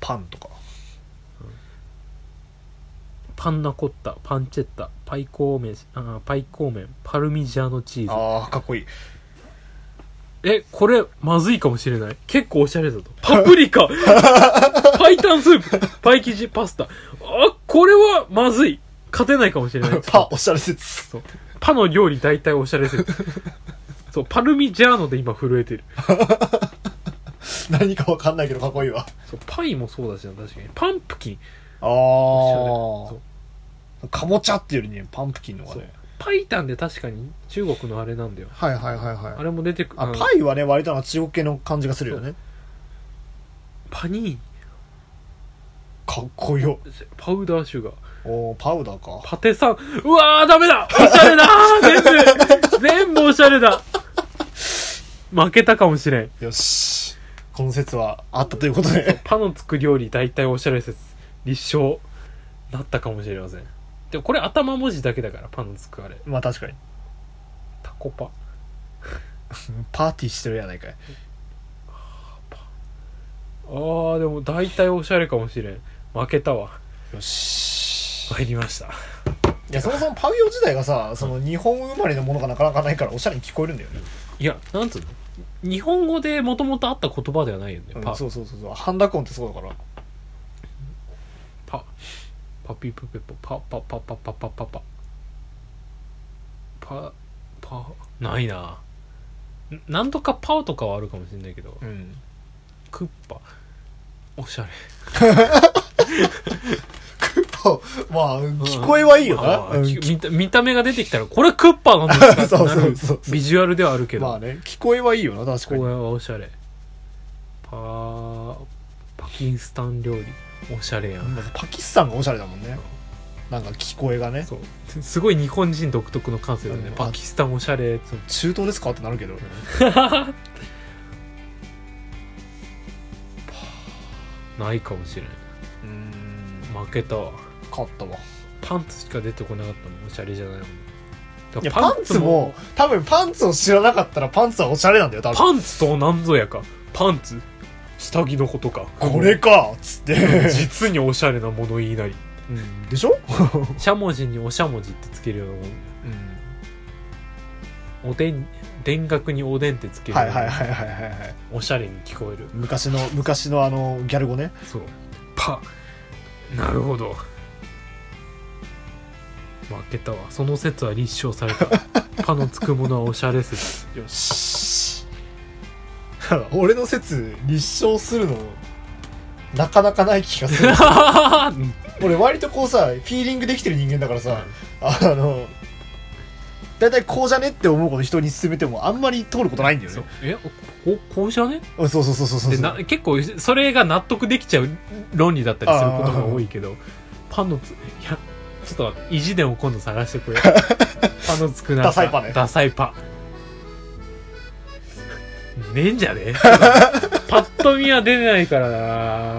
パンとか
パンナコッタパンチェッタパイコーメンあパイコーメンパルミジャーノチーズ
ああかっこい い
えこれまずいかもしれない結構おしゃれだとパプ リカパイタンスープパイ生地パスタあこれはまずい勝てないかもしれない
パおしゃれ説
そうパの料理大体おしゃれでするそうパルミジャーノで今震えてる
何かわかんないけどかっこいいわ
そうパイもそうだしな確かにパンプキン
あ
おし
あ
ゃれそう
かぼちゃっていうよりねパンプキンの方がね
パイタンで確かに中国のあれなんだよ
はいはいはいはい
あれも出てく
あ
の
パイはね割となんか中国系の感じがするよね
パニー
かっこいいよ
パウダーシュガー
おーパウダーか
パテさんうわーダメだおしゃ れだー全部全部おしゃれだ負けたかもしれん
よしこの説はあったということで
パのつく料理大体おしゃれ説立証なったかもしれませんでもこれ頭文字だけだからパのつくあれ
まあ確かに
タコパ
パーティーしてるやないかい
あーでも大体おしゃれかもしれん負けたわ
よし
入りました
いやそもそもパウヨ自体がさその日本生まれのものがなかなかないからおしゃれに聞こえるんだよね、
いやなんつうの日本語でもともとあった言葉ではないよね、
うん
パ
そうそうそうそう半濁音ってそうだから
パパピプペポパパパパパパパパパパないなんなんとかパオとかはあるかもしれないけど
うん
クッパおしゃれ
まあ聞こえはいいよな、
あー
うん
き見た見た目が出てきたらこれクッパなんです か
そうそうそう
ってなるビジュアルではあるけど、
まあね聞こえはいいよな確
こ
か
れ
に
はおしゃれパーパキンスタン料理おしゃれやん、
まずパキスタンがおしゃれだもんねなんか聞こえがね
そうすごい日本人独特の感性だね、
うん
パキスタンおしゃれそう
中東ですかってなるけど
ないかもしれん
うん
負けたわ
勝ったわ
パンツしか出てこなかったもんおしゃれじゃないもん
いやパンツも多分パンツを知らなかったらパンツはおしゃれなんだよ多分
パンツと何ぞやかパンツ下着のことか
これかっつって
実におしゃれな物言いなり
うん、でしょ、
しゃもじにおしゃもじってつけるようなもんおでん田楽におでんってつける
は
よ
いうはい
な
はいはいはいはい
おしゃれに聞こえる
昔の昔のあのギャル語ね
そうパなるほど負けたわその説は立証さ れたパのつくものはおしゃれ説よし
俺の説立証するのなかなかない気がす る俺割とこうさフィーリングできてる人間だからさあの大体こうじゃねって思うこと人に勧めてもあんまり通ることないんだよ
そう
ね
えここうじゃね
そうそうそうそうそう
でな結構それが納得できちゃう論理だったりすることが多いけどパンのついやちょっと意地でも今度探し てくれパンのつく
ダ
なさ
サいパンね
ダサいパンねえんじ ゃねパッと見は出てないから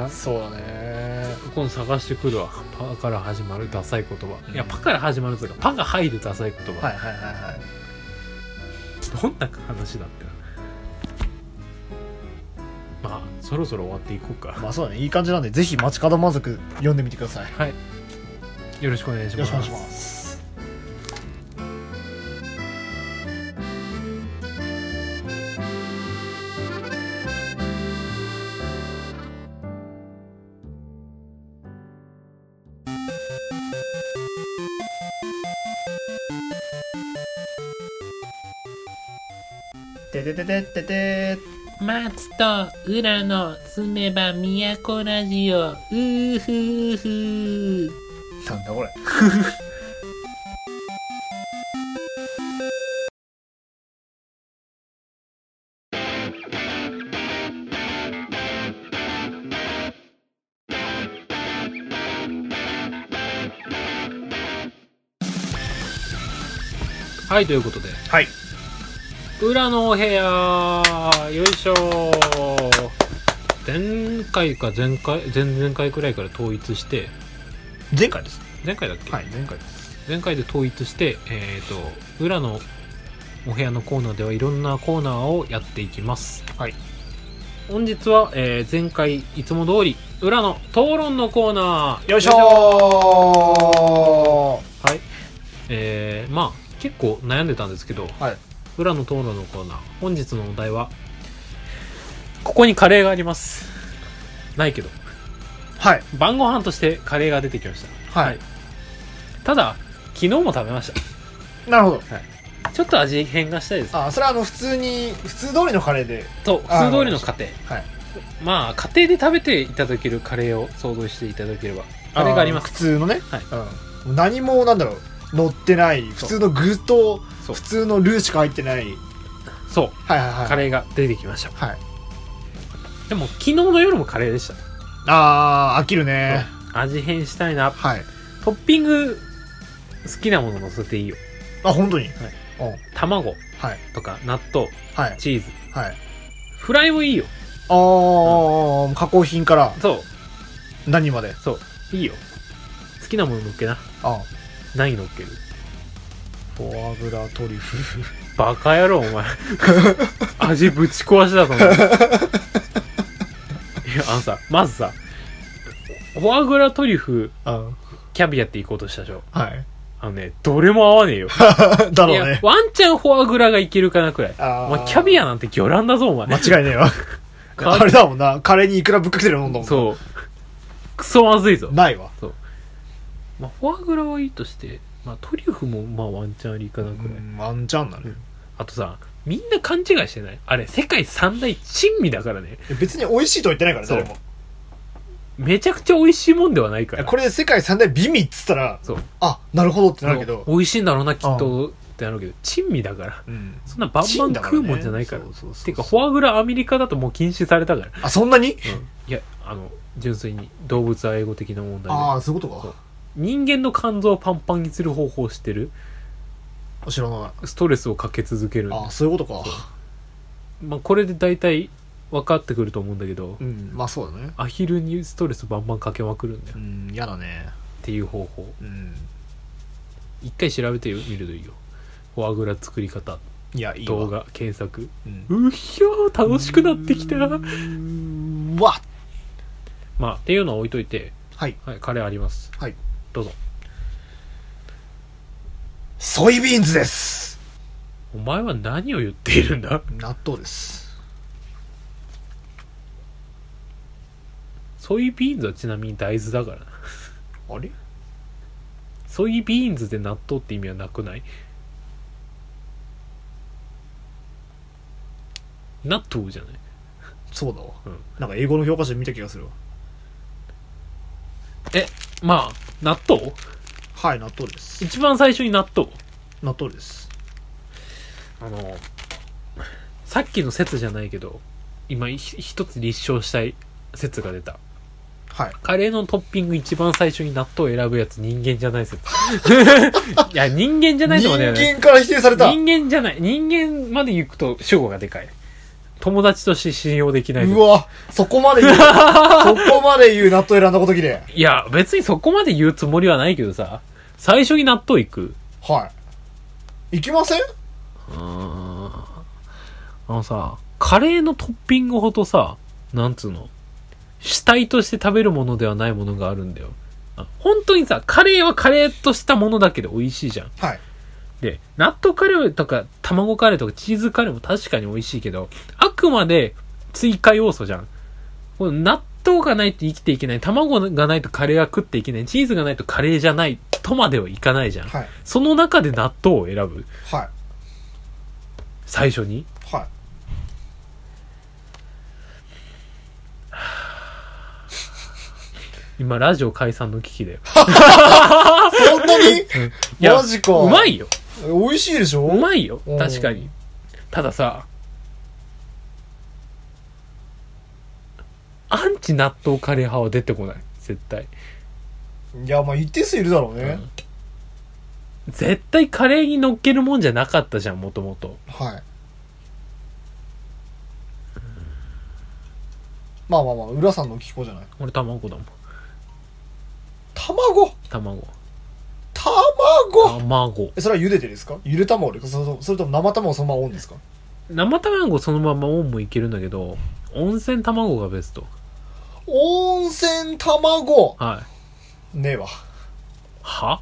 な
そうだね
今度探してくるわパから始まるダサい言葉、
うん
いやパから始まるというかパが入るダサい言葉、
はいはいはいはい
どんな話だってなまあそろそろ終わっていこうか
まあそうだねいい感じなんでぜひ街角満足読んでみてくださいよ
はい。よろしくお願いし
ろ
ま
しく
す。
お願いしますてててててて
松と浦の住めば都ラジオ、うーふーふー。
なんだこれ
はい、ということで、
はい
裏のお部屋、よいしょ前回か前回、前々回くらいから統一して、
前回です
前回だっけ、
はい前回です
前回で統一して、えっ、と、裏のお部屋のコーナーではいろんなコーナーをやっていきます。
はい。
本日は、えー前回いつも通り、裏の討論のコーナー。
よいしょー
はい。えー、まあ、結構悩んでたんですけど、
はい
裏の討論のコーナー、本日のお題は、ここにカレーがあります。ないけど、
はい
晩ご飯としてカレーが出てきました。
はい、
ただ、昨日も食べました。
なるほど
ちょっと味変がしたいです。
あそれはあの普通に普通通りのカレーで
と、普
あ
通通りの家庭。
はい
まあ、家庭で食べていただけるカレーを想像していただければ、カレーがありま
の普
す。
通のね、
はい
うん、何もなんだろう乗ってない普通の具と
そう
普通のルーしか入ってない
そう、
はいはいはい
カレーが出てきました。
はい
でも、昨日の夜もカレーでした。
あー飽きるね
味変したいな。
はい
トッピング好きなもの乗せていいよ
あ本当に
はい
うん
卵
はい
とか納豆
はい
チーズ
はい
フライもいいよ
あー、加工品から
そ
何まで
うそういいよ好きなもの乗っけな
あ
何乗っける
フォアグラトリュフ
バカ野郎お前味ぶち壊しだと思ういやあのさまずさフォアグラトリュフ
うん
キャビアって行こうとしたでしょ
はい
あのねどれも合わ ねえよ
だ
い
ろう
や
ね
ワンチャンフォアグラがいけるかなくらい
あ
お
ー
前キャビアなんて魚卵だぞお前
間違いねえ わ
か
あれだもんなカレーにいくらぶっかけてるもんだもん
そうクソまずいぞ
ないわ
まあ、フォアグラはいいとして、まあ、トリュフもまあワンチャンありかなくらい、
うんワンチャンだね
あとさみんな勘違いしてないあれ世界三大珍味だからね
別に美味しいとは言ってないからね
そう
誰も
めちゃくちゃ美味しいもんではないから
これで世界三大美味っつったら
そう
あなるほどってなるけど
美味しいんだろうなきっとってなるけど珍味だから
うん
そんなバンバン食うもんじゃないから
珍だねそうそうそう
てかフォアグラアメリカだともう禁止されたから、
あそんなに
いやあの純粋に動物愛護的な問題で
ああそういうことか
人間の肝臓をパンパンにする方法を知ってる
あ知らない
ストレスをかけ続けるんで
あそういうことか
まあ、これで大体分かってくると思うんだけど、
うんまあそうだね
アヒルにストレスバンバンかけまくるんだよ
うんやだね
っていう方法
うん
一回調べてみるといいよフォアグラ作り方
いやいいわ
動画検索
うん
うっひょー楽しくなってきた
うーんわ
まあっていうのは置いといて
はい
はいカレーあります
はい
どうぞ
ソイビーンズです
お前は何を言っているんだ
納豆です
ソイビーンズはちなみに大豆だからな
あれ
ソイビーンズで納豆って意味はなくない納豆じゃない
そうだわ、
うん
なんか英語の評価書で見た気がするわ
まあ納豆
はい納豆です
一番最初に納豆
納豆です
あのさっきの説じゃないけど今ひ一つ立証したい説が出た
はい
カレーのトッピング一番最初に納豆を選ぶやつ人間じゃない説 いや人間じゃないと
人
もね
間から否定された
人間じゃない人間まで行くと主語がでかい友達として信用できないう
わそこまで言う そこまで言う納豆選んだこときれ
いや別にそこまで言うつもりはないけどさ最初に納豆行く
はい行きません
あのさカレーのトッピングほどさなんつうの主体として食べるものではないものがあるんだよあ本当にさカレーはカレーとしたものだけで美味しいじゃん
はい
で納豆カレーとか卵カレーとかチーズカレーも確かに美味しいけどあくまで追加要素じゃんこの納豆がないと生きていけない卵がないとカレーは食っていけないチーズがないとカレーじゃないとまではいかないじゃん
はい
その中で納豆を選ぶ
はい
最初に
はい
今ラジオ解散の危 機だよ
本当 に
いや
マジか
うまいよ
美味しいでし
う
ょ
まいよ
うん
確かにたださアンチ納豆カレー派は出てこない絶対
いやまあ一定数いるだろうね、
絶対カレーに乗っけるもんじゃなかったじゃんもともと
はいまあまあまあ浦さんの聞こうじゃない
俺卵だもん
卵
卵
卵
卵
えそれは茹でてですかゆで卵ですかそれともそれとも生卵そのままオンですか
生卵そのままオンもいけるんだけど温泉卵がベスト
温泉卵
はい
ねえわ
は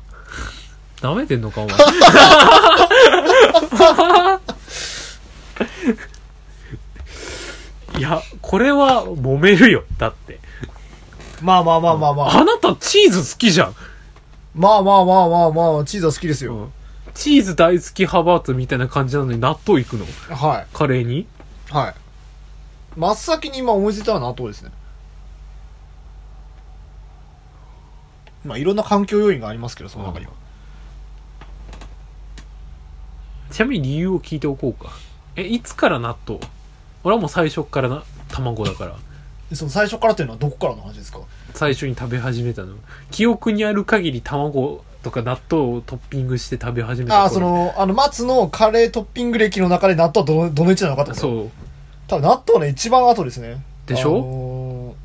舐めてんの かお前いやこれは揉めるよだって
まあまあまあまあまあ、
あなたチーズ好きじゃん、
まあまあまあまあまあチーズは好きですよ、
うん、チーズ大好きハバーツみたいな感じなのに納豆いくの
はい
カレーに
はい。真っ先に今思いついたのは納豆ですね。まあ、いろんな環境要因がありますけど、その中には。
ちなみに理由を聞いておこうか。え、いつから納豆俺はもう最初っからな、卵だから。
その最初からっていうのはどこからの話ですか
最初に食べ始めたの。記憶にある限り卵とか納豆をトッピングして食べ始めた
あ
頃。
あ、その、あの、松のカレートッピング歴の中で納豆はどの、どの位置なのかってことう。
そう。
多分納豆の一番後ですね。
でしょ
あの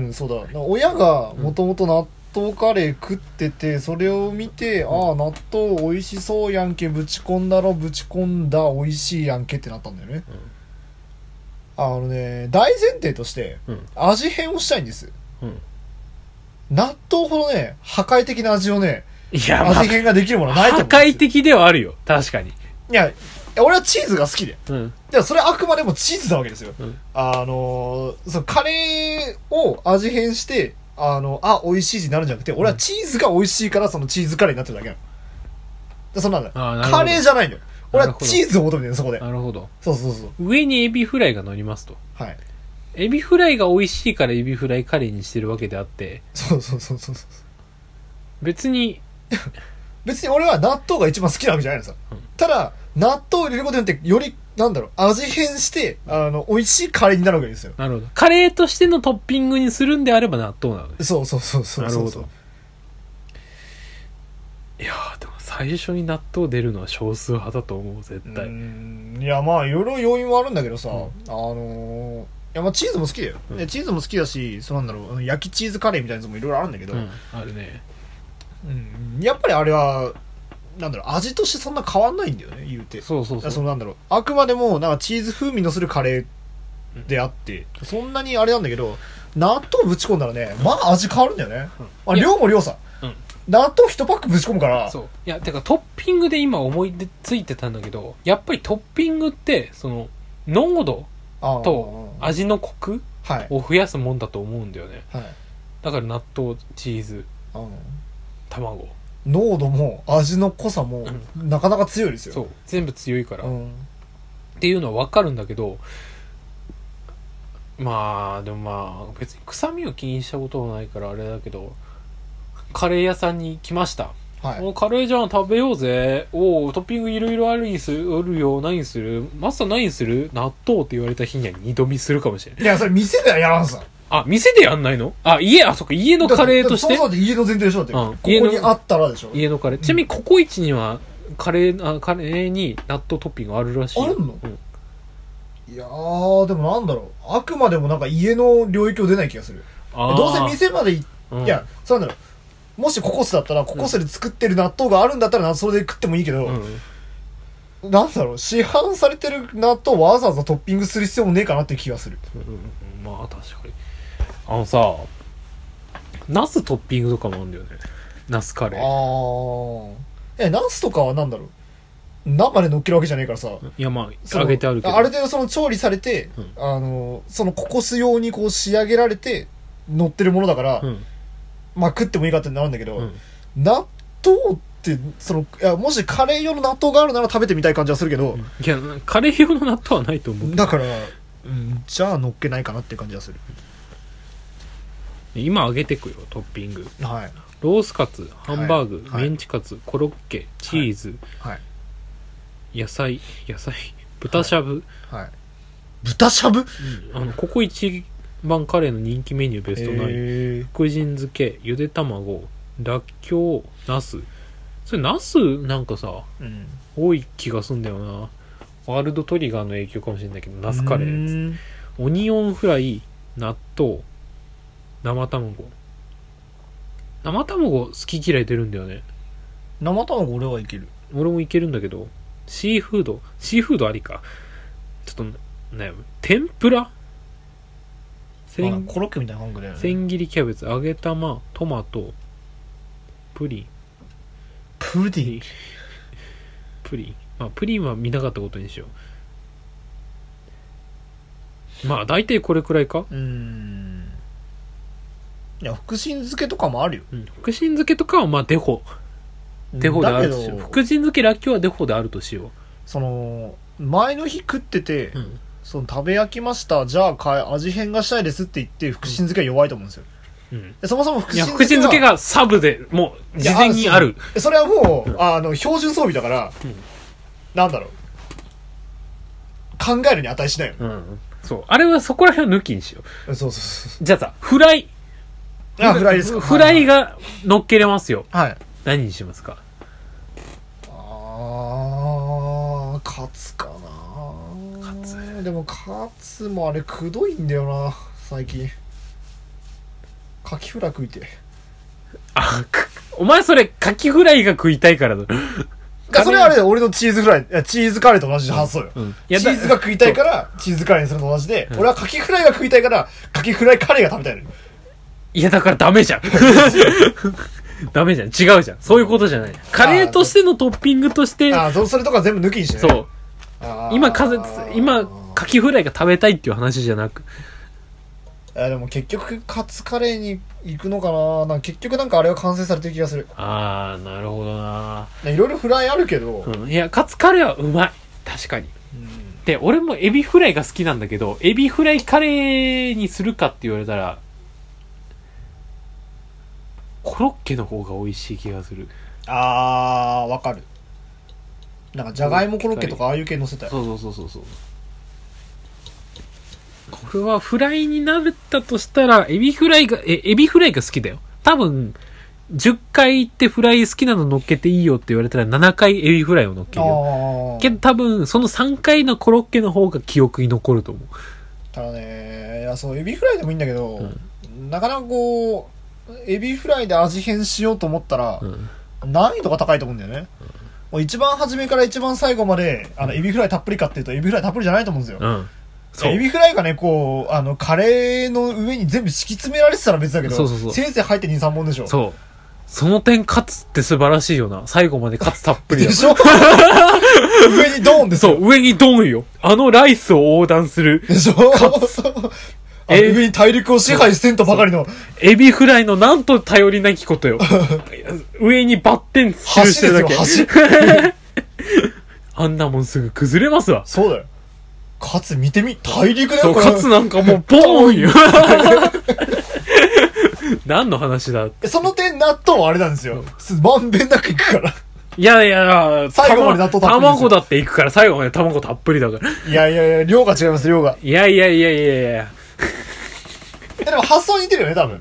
ーうん、そうだ。だから親がもともと納豆カレー食ってて、それを見て、ああ、納豆美味しそうやんけ、ぶち込んだろ、ぶち込んだ、美味しいやんけってなったんだよね。あのね、大前提として
うん、
味変をしたいんです。
うん
納豆ほどね、破壊的な味をね、
いや、まあ
味、変ができるものはないと思
破
うんですよ。
壊的ではあるよ。確かに。
いや、いや俺はチーズが好きで。
うん。
でもそれはあくまでもチーズなわけですよ。
うん
あのーそのカレーを味変して、あの、あ、美味しいになるんじゃなくて、俺はチーズが美味しいからそのチーズカレーになってるだけなの。でそんなんだ。
あーなるほど
カレーじゃないのよ。俺は
なるほど
チーズを求めてるのそこで。
なるほど。
そうそうそう。
上にエビフライが乗りますと。
はい。
エビフライが美味しいからエビフライカレーにしてるわけであって、
そうそうそうそうそう。
別に、
別に俺は納豆が一番好きなわけじゃないのさ。ただ、納豆を入れることによって、より、なんだろう、味変して、あの、美味しいカレーになるわけですよ。
なるほど。カレーとしてのトッピングにするんであれば納豆なのね。
そうそうそうそうそう。
なるほどいやーでも最初に納豆出るのは少数派だと思う絶対、
うーんいやまあいろいろ要因はあるんだけどさ、あのーいやまあチーズも好きだよ、
うん
でチーズも好きだしそうなんだろうあの焼きチーズカレーみたいなやつもいろいろあるんだけど、
うんあるね
うんやっぱりあれはなんだろう味としてそんな変わんないんだよね言うて
そうそう
いや
そ
そうのなんだろうあくまでもなんかチーズ風味のするカレーであって、そんなにあれなんだけど納豆ぶち込んだらねまあ味変わるんだよね、
ん
あ量も量さ、
うん
納豆一パックぶち込むから
そう
いやてかトッピングで今思い出ついてたんだけどやっぱりトッピングってその濃度
あー
と味のコク
はい
を増やすもんだと思うんだよね
はい
だから納豆チーズ
あの
卵
濃度も味の濃さもなかなか強いですよ
そう全部強いから、
う
っ
ん
ていうのは分かるんだけどまあでもまあ別に臭みを気にしたことはないからあれだけどカレー屋さんに来ました
はい
おカレーじゃん食べようぜおうトッピングいろいろあるにするあるよ何にするマスター何にする納豆って言われた日には二度見するかもしれない
いやそれ店ではやらんさ
あ店でやんないのあ家あそっか家のカレーとし
だ
て
ってそうだって家の前提でしょだ
うん
ってここに
家の
あったらでしょ
家のカレーちなみにココイチにはカレーあカレーに納豆トッピングあるらしいよ
あるの
うん
いやーでもなんだろうあくまでもなんか家の領域を出ない気がする
あー
どうせ店まで行っ
うん
いや、そうなんだろう。もしココスだったら、ココスで作ってる納豆があるんだったら、なそれで食ってもいいけど、
うん
なんだろう、市販されてる納豆をわざわざトッピングする必要もねえかなって気がする。
うんまあ確かにあのさナストッピングとかもあるんだよねナスカレ
あ
ー
ー。え、ナスとかはなんだろう。生で乗っけるわけじゃねえからさ。
いやまあ
その
揚げてあるけど
ある程度その調理されて、
うん
あの、そのココス用にこう仕上げられて、乗ってるものだから、
うん
まあ食ってもいいかってなるんだけど、
うん
納豆って、その、いや、もしカレー用の納豆があるなら食べてみたい感じはするけど、
いやカレー用の納豆はないと思う
だから、うん、じゃあ乗っけないかなっていう感じがする。
今揚げてくよトッピング
はい。
ロースカツハンバーグ、
はい
メンチカツコロッケチーズ、
はい。
野菜野菜豚しゃぶ、
はい。豚しゃぶ
あのここ一番カレーの人気メニューベスト9
え
福神漬けゆで卵らっきょうなすそれなすなんかさ
うん。
多い気がすんだよなワールドトリガーの影響かもしれないけどナスカレ
う
ー
ん
オニオンフライ納豆生卵生卵好き嫌い出るんだよね
生卵俺はいける。
俺もいけるんだけどシーフードシーフードありかちょっと悩む天ぷら
まあ
千
コロッケみたいな感覚だよね。
千切りキャベツ揚げ玉トマトプリン
プディン。
プリンまあプリンは見なかったことにしようまあ大体これくらいか、
うん。いや、福神漬けとかもあるよ。
うん、福神漬けとかはまあデフォデフォであ
だけ
るとしよう
ど、
福神漬けらっきょうはデフォであるとしよ
その、前の日食ってて、
う、うん、
その食べ飽きました、じゃあかえ味変がしたいですって言って、福神漬けは弱いと思うんですよ。
うん
でそもそも福神
いや
漬け
福
は
神漬けがサブでもう事前にある
それはもう、あの、標準装備だから、
うん
なんだろう。考えるに値しないよね。
うんそうあれはそこら辺を抜きにしよ
そうそうそう
じゃあさフライ
そう。あ、フライですか。
フライ。が乗っけれますよ
はい。
何にしますか
あー、カツかなカツ。でもカツもあれ、くどいんだよな、最近。カキフラ食いて。
あく お前それカキフライが食いたいからだ
あそれはあれだよ、俺のチーズフライ、いやチーズカレーと同じ発想よ。
うんい
チ
やだ
ーズが食いたいから、チーズカレーにするのと同じで、俺はカキフライが食いたいから、カキフライカレーが食べたいのよ。
いや、だからダ メじゃん。ダメじゃん。違うじゃん。そういうことじゃない。カレーとしてのトッピングとして、
あーそそれとか全部抜きにして、ね。
そう。
あー
今、かず今、カキフライが食べたいっていう話じゃなく。
えーでも結局カツカレーに行くのかななんか結局なんかあれは完成されてる気がする
あー、なるほどな
ねいろいろフライあるけど、
うん。いや、カツカレーはうまい。確かに。
うん
で、俺もエビフライが好きなんだけど、エビフライカレーにするかって言われたら、コロッケの方が美味しい気がする。
あーわかるなんかじゃがいもコロッケとかああいう系乗せたい
そうそうそうそうそうこれはフライになったとしたらエビフライがえエビフライが好きだよ多分10回行ってフライ好きなの乗っけていいよって言われたら7回エビフライを乗っけ
あ
るよ
ー
けど多分その3回のコロッケの方が記憶に残ると思う
ただねいやそうエビフライでもいいんだけど、
うん
なかなかこうエビフライで味変しようと思ったら、
うん
難易度が高いと思うんだよね、もう一番初めから一番最後まであのエビフライたっぷりかっていうとエビフライたっぷりじゃないと思うんですよ、
うんそう
エビフライがね、こう、あの、カレーの上に全部敷き詰められてたら別だけど、
そうそうそう
せいぜい入って2、3本でしょ。
そうその点勝つって素晴らしいよな。最後まで勝つたっぷり
で
だ。
し ょ上にドーンです
そ
よ。
う、上にドンよ。あのライスを横断する、
でしょあ
えー
上に大陸を支配せんとばかりの
エビフライのなんと頼りなきこ とよ。上にバッテン
橋
記
で
し
す
てるだ
よ、
け。
橋。
あんなもんすぐ崩れますわ。
そうだよ。勝つ見てみ、大陸だよ、
そう、
これ
勝つなんかもう、ボーンよ。何の話だ
その点、納豆はあれなんですよ。すまんべんなくいくから。
いやいや、
最後まで納豆たっぷりですよ
卵だっていくから、最後まで卵たっぷりだから。
いやいやいや、量が違います、量が。
いやいやいやいやいや。
えでも発想似てるよね、多分。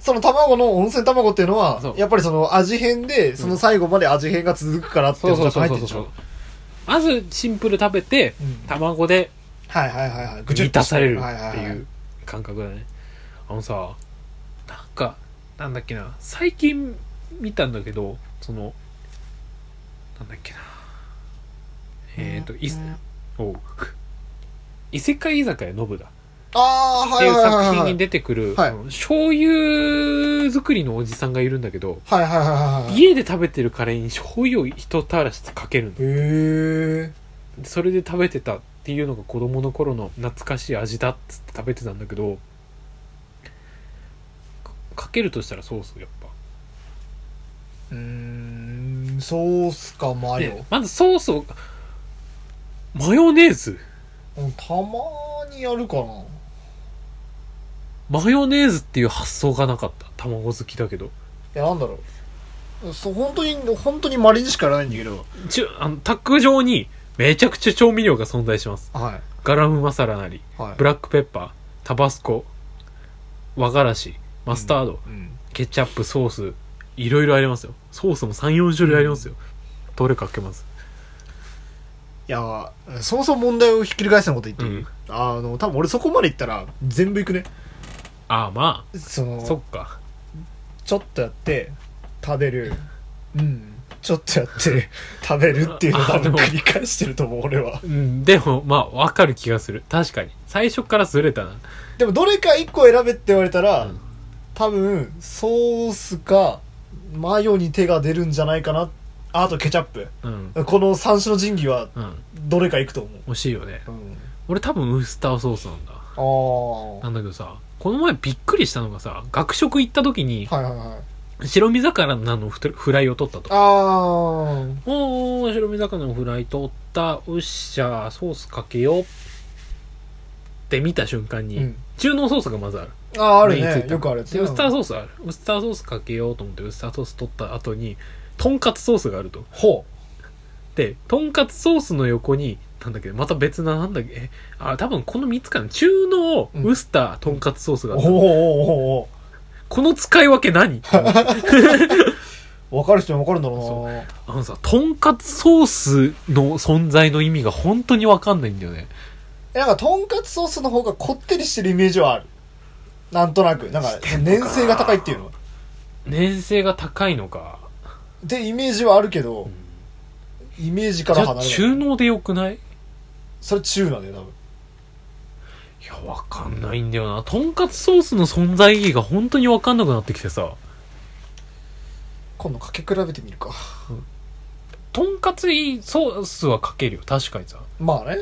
その卵の温泉卵っていうのは
そ、う
やっぱりその味変で、その最後まで味変が続くからっていうのが入ってるでしょ。
まず、シンプル食べて、
うん
卵で
はいはいはいはい。ぐちゅっ
満
と
た
して
される
はい
って
はいいは
う感覚だね。あのさ、なんか、なんだっけな、最近見たんだけど、その、なんだっけな。えっと、いすおう異世界居酒屋ノブだ。
ああ、
っ
は
て
い
い
は
う
いはい
作
は
品
い
に。出てくる、
はい
あの醤油作りのおじさんがいるんだけど、
はいはいはいはい。
家で食べてるカレーに醤油を一たらしかけるの
へえ。
でそれで食べてたっていうのが子供の頃の懐かしい味だっつって食べてたんだけどかかけるとしたらソースやっぱ
うーん、ソースかマ
で
ヨ。
まずソースをマヨネーズ
うんたまーにやるかな。
マヨネーズっていう発想がなかった卵好きだけど
いや、なんだろう。そう、本当に、本当にまれにしかやらないんだけど。
ちゅあのタック上にめちゃくちゃ調味料が存在します
は
ガラムマサラなり
い。はい
ブ。ラックペッパー、タバスコ、和がらし、マスタード、
うん。
ケチャップ、ソース、いろいろありますよ。ソースも3、4種類ありますよ。どれかけます
いや、そもそも問題をひっくり返すようなこと言っていい、
うん
あの、多分俺そこまで行ったら全部行くね。
ああ、ま
そ
あ、
の、
そっか。
ちょっとやって、食べる。うん。ちょっとやって、食べるっていうのを
あ
多分
でも
繰り返してると思う、俺は。
うん、でも、まあ、わかる気がする。確かに。最初からずれたな。
でも、どれか一個選べって言われたら、
うん
多分、ソースか、マヨに手が出るんじゃないかな。ああと、ケチャップ。
うん。
この三種の神器は、
うん。
どれか行くと思う。
惜しいよね。
うん。
俺多分ウスターソースなんだ。
ああ。は
なんだけどさ、この前びっくりしたのがさ、学食行った時に
い、はいはい。
白身魚のふとフライを取ったと。
ああ。
おー、白身魚のフライ取った。うっしゃー、ソースかけよう。って見た瞬間に、
うん
中濃ソースがまずある。
ああ、ある
目につい
ね。
た
よくあるやつ
で、
ね。
ウスターソースある。ウスターソースかけようと思って、ウスターソース取った後に、とんかつソースがあると。
ほ
で、とんかつソースの横に、なんだっけ、また別な、なんだっけ、えあ、多分この3つかな。中濃、
うん
ウスター、とんかつソース
う。
が
お
あ
お
る。
おお
この使い分 け何あ
おわかる人にわかるんだろうな
そのさ、とんかつソースの存在の意味が本当にわかんないんだよね。
えなんか、とんかつソースの方がこってりしてるイメージはある。なんとなく。なんか、粘性が高いっていうの。っ
粘性が高いのか。
てイメージはあるけど、イメージか
じ
ら
ゃあ
離れない。
中濃でよくないい
それ中なんだよ、多分。
や、わかんないんだよな。とんかつソースの存在意義が本当にわかんなくなってきてさ。
今度かけ比べてみるか。
とんかつソースはかけるよ。確かにさ。
まあね。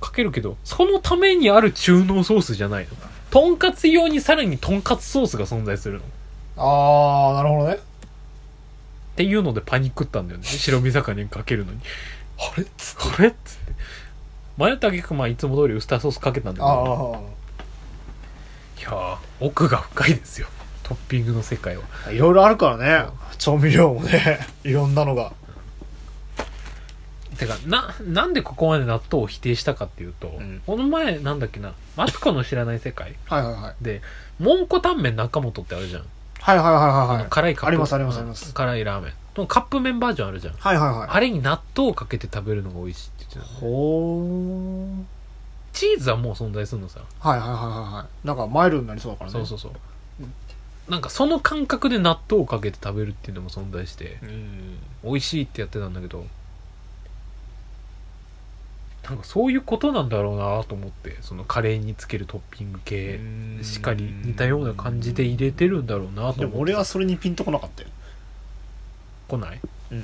かけるけど、そのためにある中濃ソースじゃないの。とんかつ用にさらにとんかつソースが存在するの。っ
ああ、なるほどね。
ていうのでパニックったんだよね。白身魚にかけるのに。
あれっつ
あれっつって。迷った挙句、まあいつも通りウスターソースかけたんだけ
ああ
ど。いやー、奥が深いですよ。トッピングの世界は。
ー。いろいろあるからね。調味料もね。 いろんなのが。
てかななんでここまで納豆を否定したかっていうと、
ん
この前なんだっけな「マツコの知らない世界
はいはいはい。」
で「もんこタンメン中本」ってあるじゃん、
はいはいはいはいはい。
辛いカップ
ありますありますあります
辛いラーメンのカップ麺バージョンあるじゃん、
はいはいはい。
あれに納豆をかけて食べるのが美味しいって言ってたの
ほー。
チーズはもう存在するのさ、
はいはいはいはいはい。なんかマイルドになりそうだからね。
そうそうそうなんかその感覚で納豆をかけて食べるっていうのも存在して
うん。
美味しいってやってたんだけどなんかそういうことなんだろうなと思ってそのカレーにつけるトッピング系しっかり似たような感じで入れてるんだろうなと
でも
思って
俺はそれにピンとこなかったよ
来ない
うんい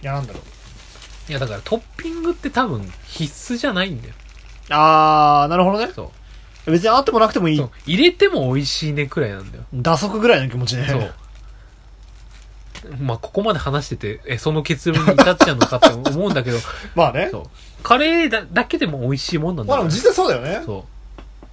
やなんだろう
いやだからトッピングって多分必須じゃないんだよ
あーなるほどね
そ
別にあってもなくてもいうい
そう入れても美味しいねくらいなんだよ
打足ぐらいの気持ちで
そうまあここまで話しててえその結論に至っちゃうのかって思うんだ けど
まあね
そうカレーだだけでも美味しいもんなん
ま
だ
あで
から
も実際そうだよね
そ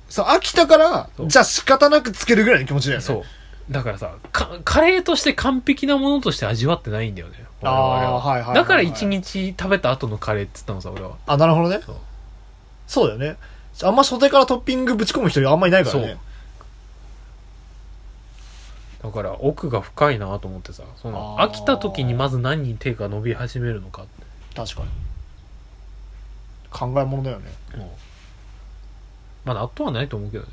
そう飽きたから
そう
じゃあ仕方なくつけるぐらいの気持ちだよ
う
ね
そうだからさかカレーとして完璧なものとして味わってないんだよね
ああ
我々は
はいはいはいはい
だから一日食べた後のカレーって言ったのさ俺は
あなるほどね
そう
そうだよねあんま初手からトッピングぶち込む人あんまいないからね
だから奥が深いなと思ってさその
あー
飽きた時にまず何に手が伸び始めるのかって
確かに考え物だよね
もうまだ後はないと思うけどね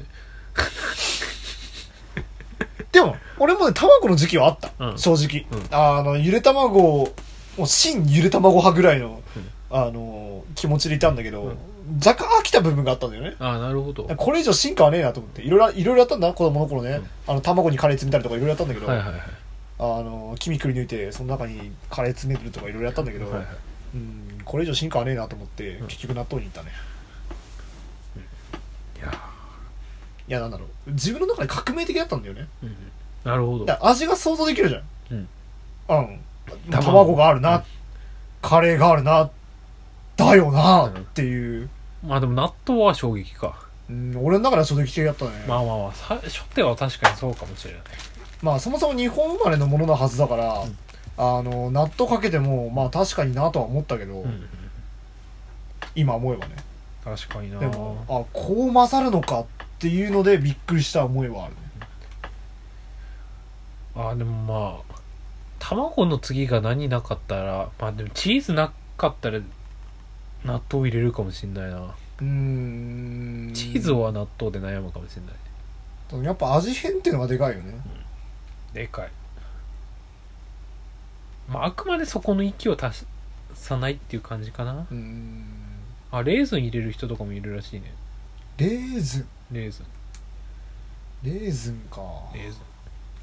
でも俺もね卵の時期はあった、
うん
正直、
うん
あのゆで卵をもう真ゆで卵派ぐらいの、
うん
あの気持ちでいたんだけど、
うん
若干飽きた部分があったんだよね
ああなるほどはい
これ以上進化はねえなと思っていろいろいろいろやったんだ子供の頃ね、
うん
あの卵にカレー詰めたりとかいろいろやったんだけど、
はいはい
あの黄身くり抜いてその中にカレー詰めるとかいろいろやったんだけど、
はいはい
うんこれ以上進化はねえなと思って、
ん
結局納豆に行ったね
いや
いやなんだろう自分の中で革命的だったんだよね
ーなるほど
だから味が想像できるじゃん
うん
うん
卵
卵があるな、
うん
カレーがあるなだよなっていう、
まあでも納豆は衝撃か
うん、俺の中では衝撃的だったね
まあまあまあさ初手は確かにそうかもしれない
まあそもそも日本生まれのもののはずだから、あの納豆かけてもまあ確かになとは思ったけど、
うん
今思えばね
確かにな
でもあこう混ざるのかっていうのでびっくりした思いはあるね
あーでもまあ卵の次が何なかったらまあでもチーズなかったら納豆入れるかもしんないな
うーん
チーズは納豆で悩むかもしんない
やっぱ味変っていうのがでかいよね
でかいまああくまでそこの息を足さないっていう感じかな
うーん
あレーズン入れる人とかもいるらしいね
レーズン
レーズン
レーズンか
レーズン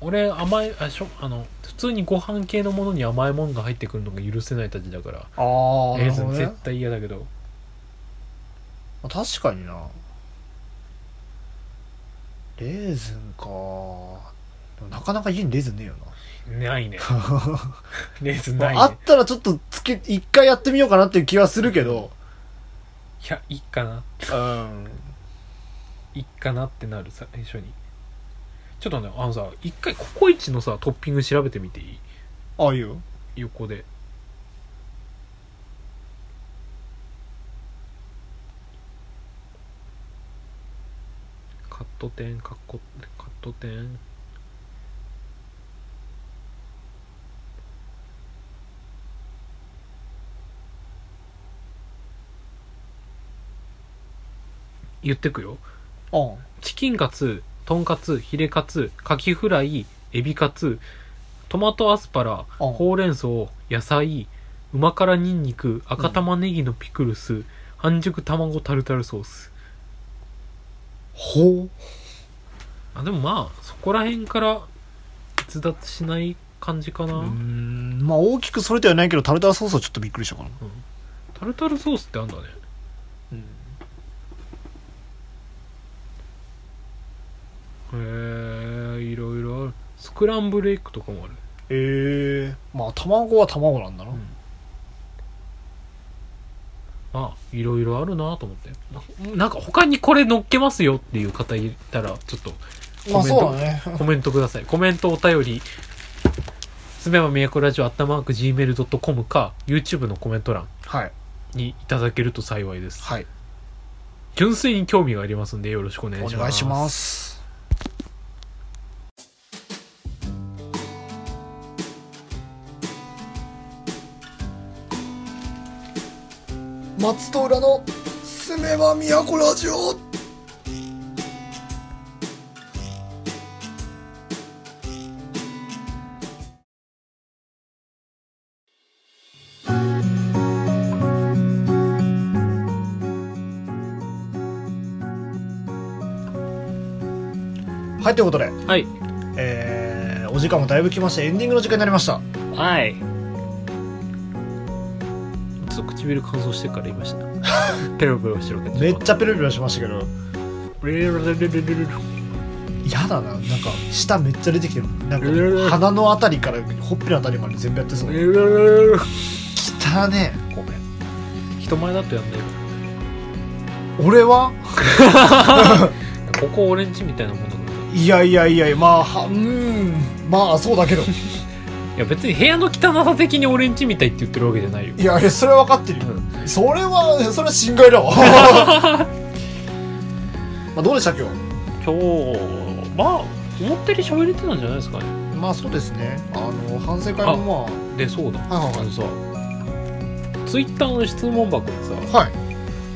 俺甘いあしょあの普通にご飯系のものに甘いものが入ってくるのが許せないたちだから
あー
レ
なる
ーズ
ほど
ン
ね
絶対嫌だけど
まあ確かになレーズンかでもなかなか家にレーズンねえよな
ないねレーズン
ま
ないね
ああったらちょっとつけ一回やってみようかなっていう気はするけど
いやいいかな
うん
いいかなってなる最初にちょっとねあのさ一回ココイチのさトッピング調べてみていい
ああいいよ
横でカット点カッコカット点言ってくよ
うん
チキンカツ、トンカツ、ヒレカツ、カキフライ、エビカツ、トマトアスパラ、
うん
ほうれん草、野菜、旨辛ニンニク、赤玉ねぎのピクルス、半熟卵タルタルソース。
ほう
あ、でもまあ、そこら辺から逸脱しない感じかな。
うんまあ大きくそれではないけどタルタルソースはちょっとびっくりしたかな
タルタルソースってあんだね。へー、いろいろある。スクランブルエッグとかもある。
ええまあ卵は卵なんだな、
うんまあ、いろいろあるなと思って。ななんか他にこれ乗っけますよっていう方いたら、ちょっと
まあ
コメント
そうだね
コメントください。コメントお便り、すめばみやこラジオ、あったまーク gmail.com か、YouTube のコメント欄
はい
にいただけると幸いです。
はい
純粋に興味がありますんで、よろしくお願い
お
します。
願いします松戸浦の住めば都ラジオはいということで、
はい
えー、お時間もだいぶ来ましてエンディングの時間になりました
はいちょっと唇乾燥してるから言いました ペロペロしてるけど
めっちゃペロペロしましたけど
ペロペロペロペロペロ
嫌だななんか舌めっちゃ出てきてるなんか鼻のあたりからほっぺのあたりまで全部やってそう
ペロペロペロ
汚ね
ごめん人前だとやんないよ
え俺は
ここオレンジみたいなもんだから
いやいやいやいやまあはうーんまあそうだ けど
いや別に部屋の汚さ的に俺んちみたいって言ってるわけじゃないよ
いやいやそれは分かってるよ、それはそれは心外だわ まあどうでした今日
今日まあ思ったより喋れてたんじゃないですかね
まあそうですねあの反省会も
でそうだ
まあはい
あ
は
のさツイッターの質問箱にさ
いはいはい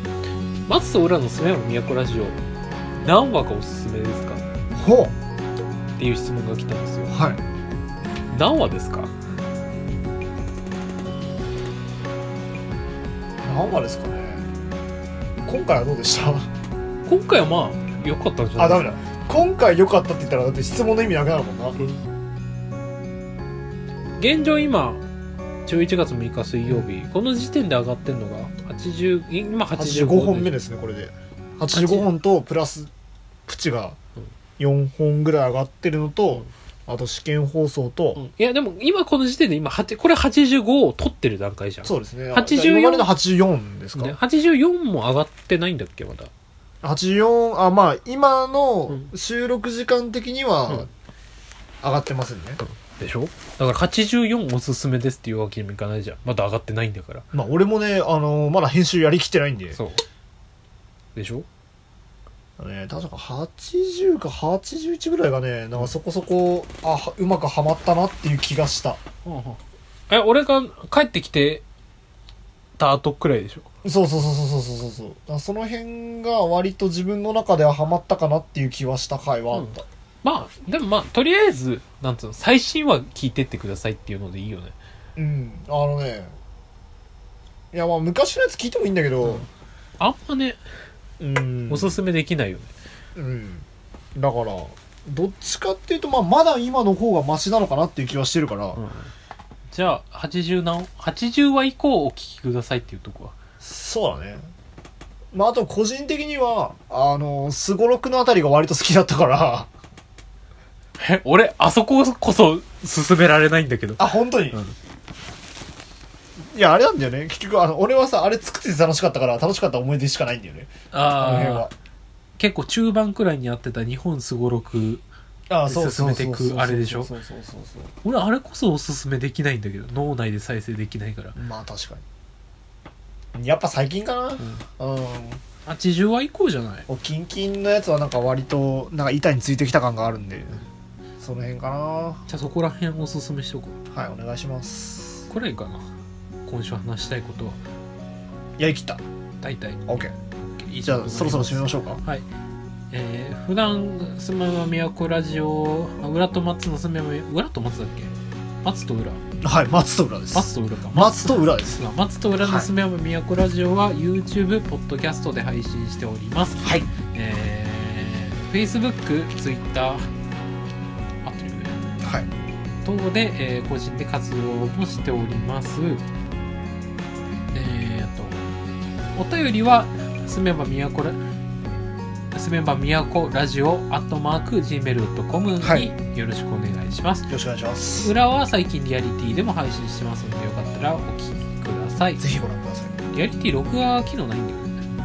「松と浦の住めば都ラジオ何話がおすすめですか?」っ
ほう
ていう質問が来たんですよ
はい
何話ですか
何話ですかね今回はどうでした
今回はまあ良かったんじゃ
あ
な
ダ
い
メ
で
だ今回良かったって言ったらだって質問の意味なくなるもんな、
すか現状今11月6日水曜日この時点で上がってるのが80今85
85本目ですねこれで85本とプラスプチが
うん
4本ぐらい上がってるのとあと試験放送と、
うんいやでも今この時点で今8これ85を取ってる段階じゃん
そうですね
84
今までの84ですか、
ね84も上がってないんだっけまだ
84あまあ今
う
の
ん
収録時間的に
う
は
ん
上がってませんね、
でしょだから84おすすめですっていうわけにもいかないじゃんまだ上がってないんだから
まあ俺もねあのまだ編集やりきってないんで、
そうでしょ
ね、確か80か81ぐらいがねなんかそこそこあはうまくはまったなっていう気がした
え俺が帰ってきてた後くらいでしょ
そうそうそうそうそうそうそうだからその辺が割と自分の中ではハマったかなっていう気はした回はあった、
まあでもまあとりあえずなんつうの最新話聞いてってくださいっていうのでいいよね
うん、あのねいやまあ昔のやつ聞いてもいいんだけど
あんまね
うん
おすすめできないよね
うんだからどっちかっていうと、まあ、まだ今の方がマシなのかなっていう気はしてるから、
じゃあ80何80話以降お聞きくださいっていうとこは
そうだねまああと個人的にはあのすごろくのあたりが割と好きだったから
え俺あそここそ進められないんだけど
あ本当に、
うん
いやあれなんだよね結局あの俺はさあれ作ってて楽しかったから楽しかった思い出しかないんだよねあの辺は
結構中盤くらいにやってた日本すごろく
あ
あそうそうそうそうそう
そうそうそうそう
俺あれこそおすすめできないんだけど脳内で再生できないから
まあ確かにやっぱ最近かなうん、
80話以降じゃない
おキンキンのやつはなんか割となんか板についてきた感があるんでその辺かな
じゃあそこら辺おすすめしとこう
はいお願いします
これかな今週話したいことは
やりきった
大体
OK
以
じ
上
ゃあそろそろ締めま
し
しょうか
はいえー、普段すめば都ラジオあ裏と松のすめば裏と松だっけ松と裏
はい松と裏です
松と裏か
松と裏です
が松と裏のすめば都ラジオは YouTube、ポッドキャストで配信しております。
はい
えー、Facebook、Twitter、あという
はい
等で、えー個人で活動もしております。えー、あと、お便りはすめば都ラすめば都ラジオアットマーク Gmail.com
はい
によろしくお願いします。
よろしくお願いします
裏は最近リアリティでも配信してますのでよかったらお聞きください
ぜひご覧ください
リアリティ録画機能ないんだよね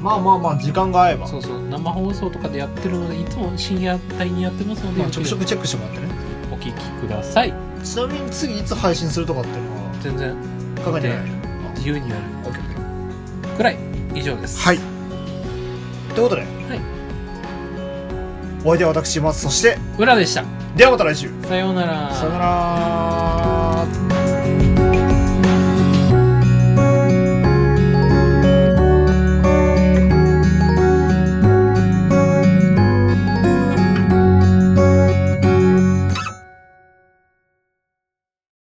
まあまあまあ時間が合えば
そうそう生放送とかでやってるのでいつも深夜帯にやってますので、
まあ、ちょくちょくチェックしてもらってね
お聞きください
ちなみに次いつ配信するとかっていうのは
全然
考えてない
自由にやる
OK
くらい以上です
はいということで、
い
お相手は私松そして
裏でした
ではまた来週
さようなら
さよなら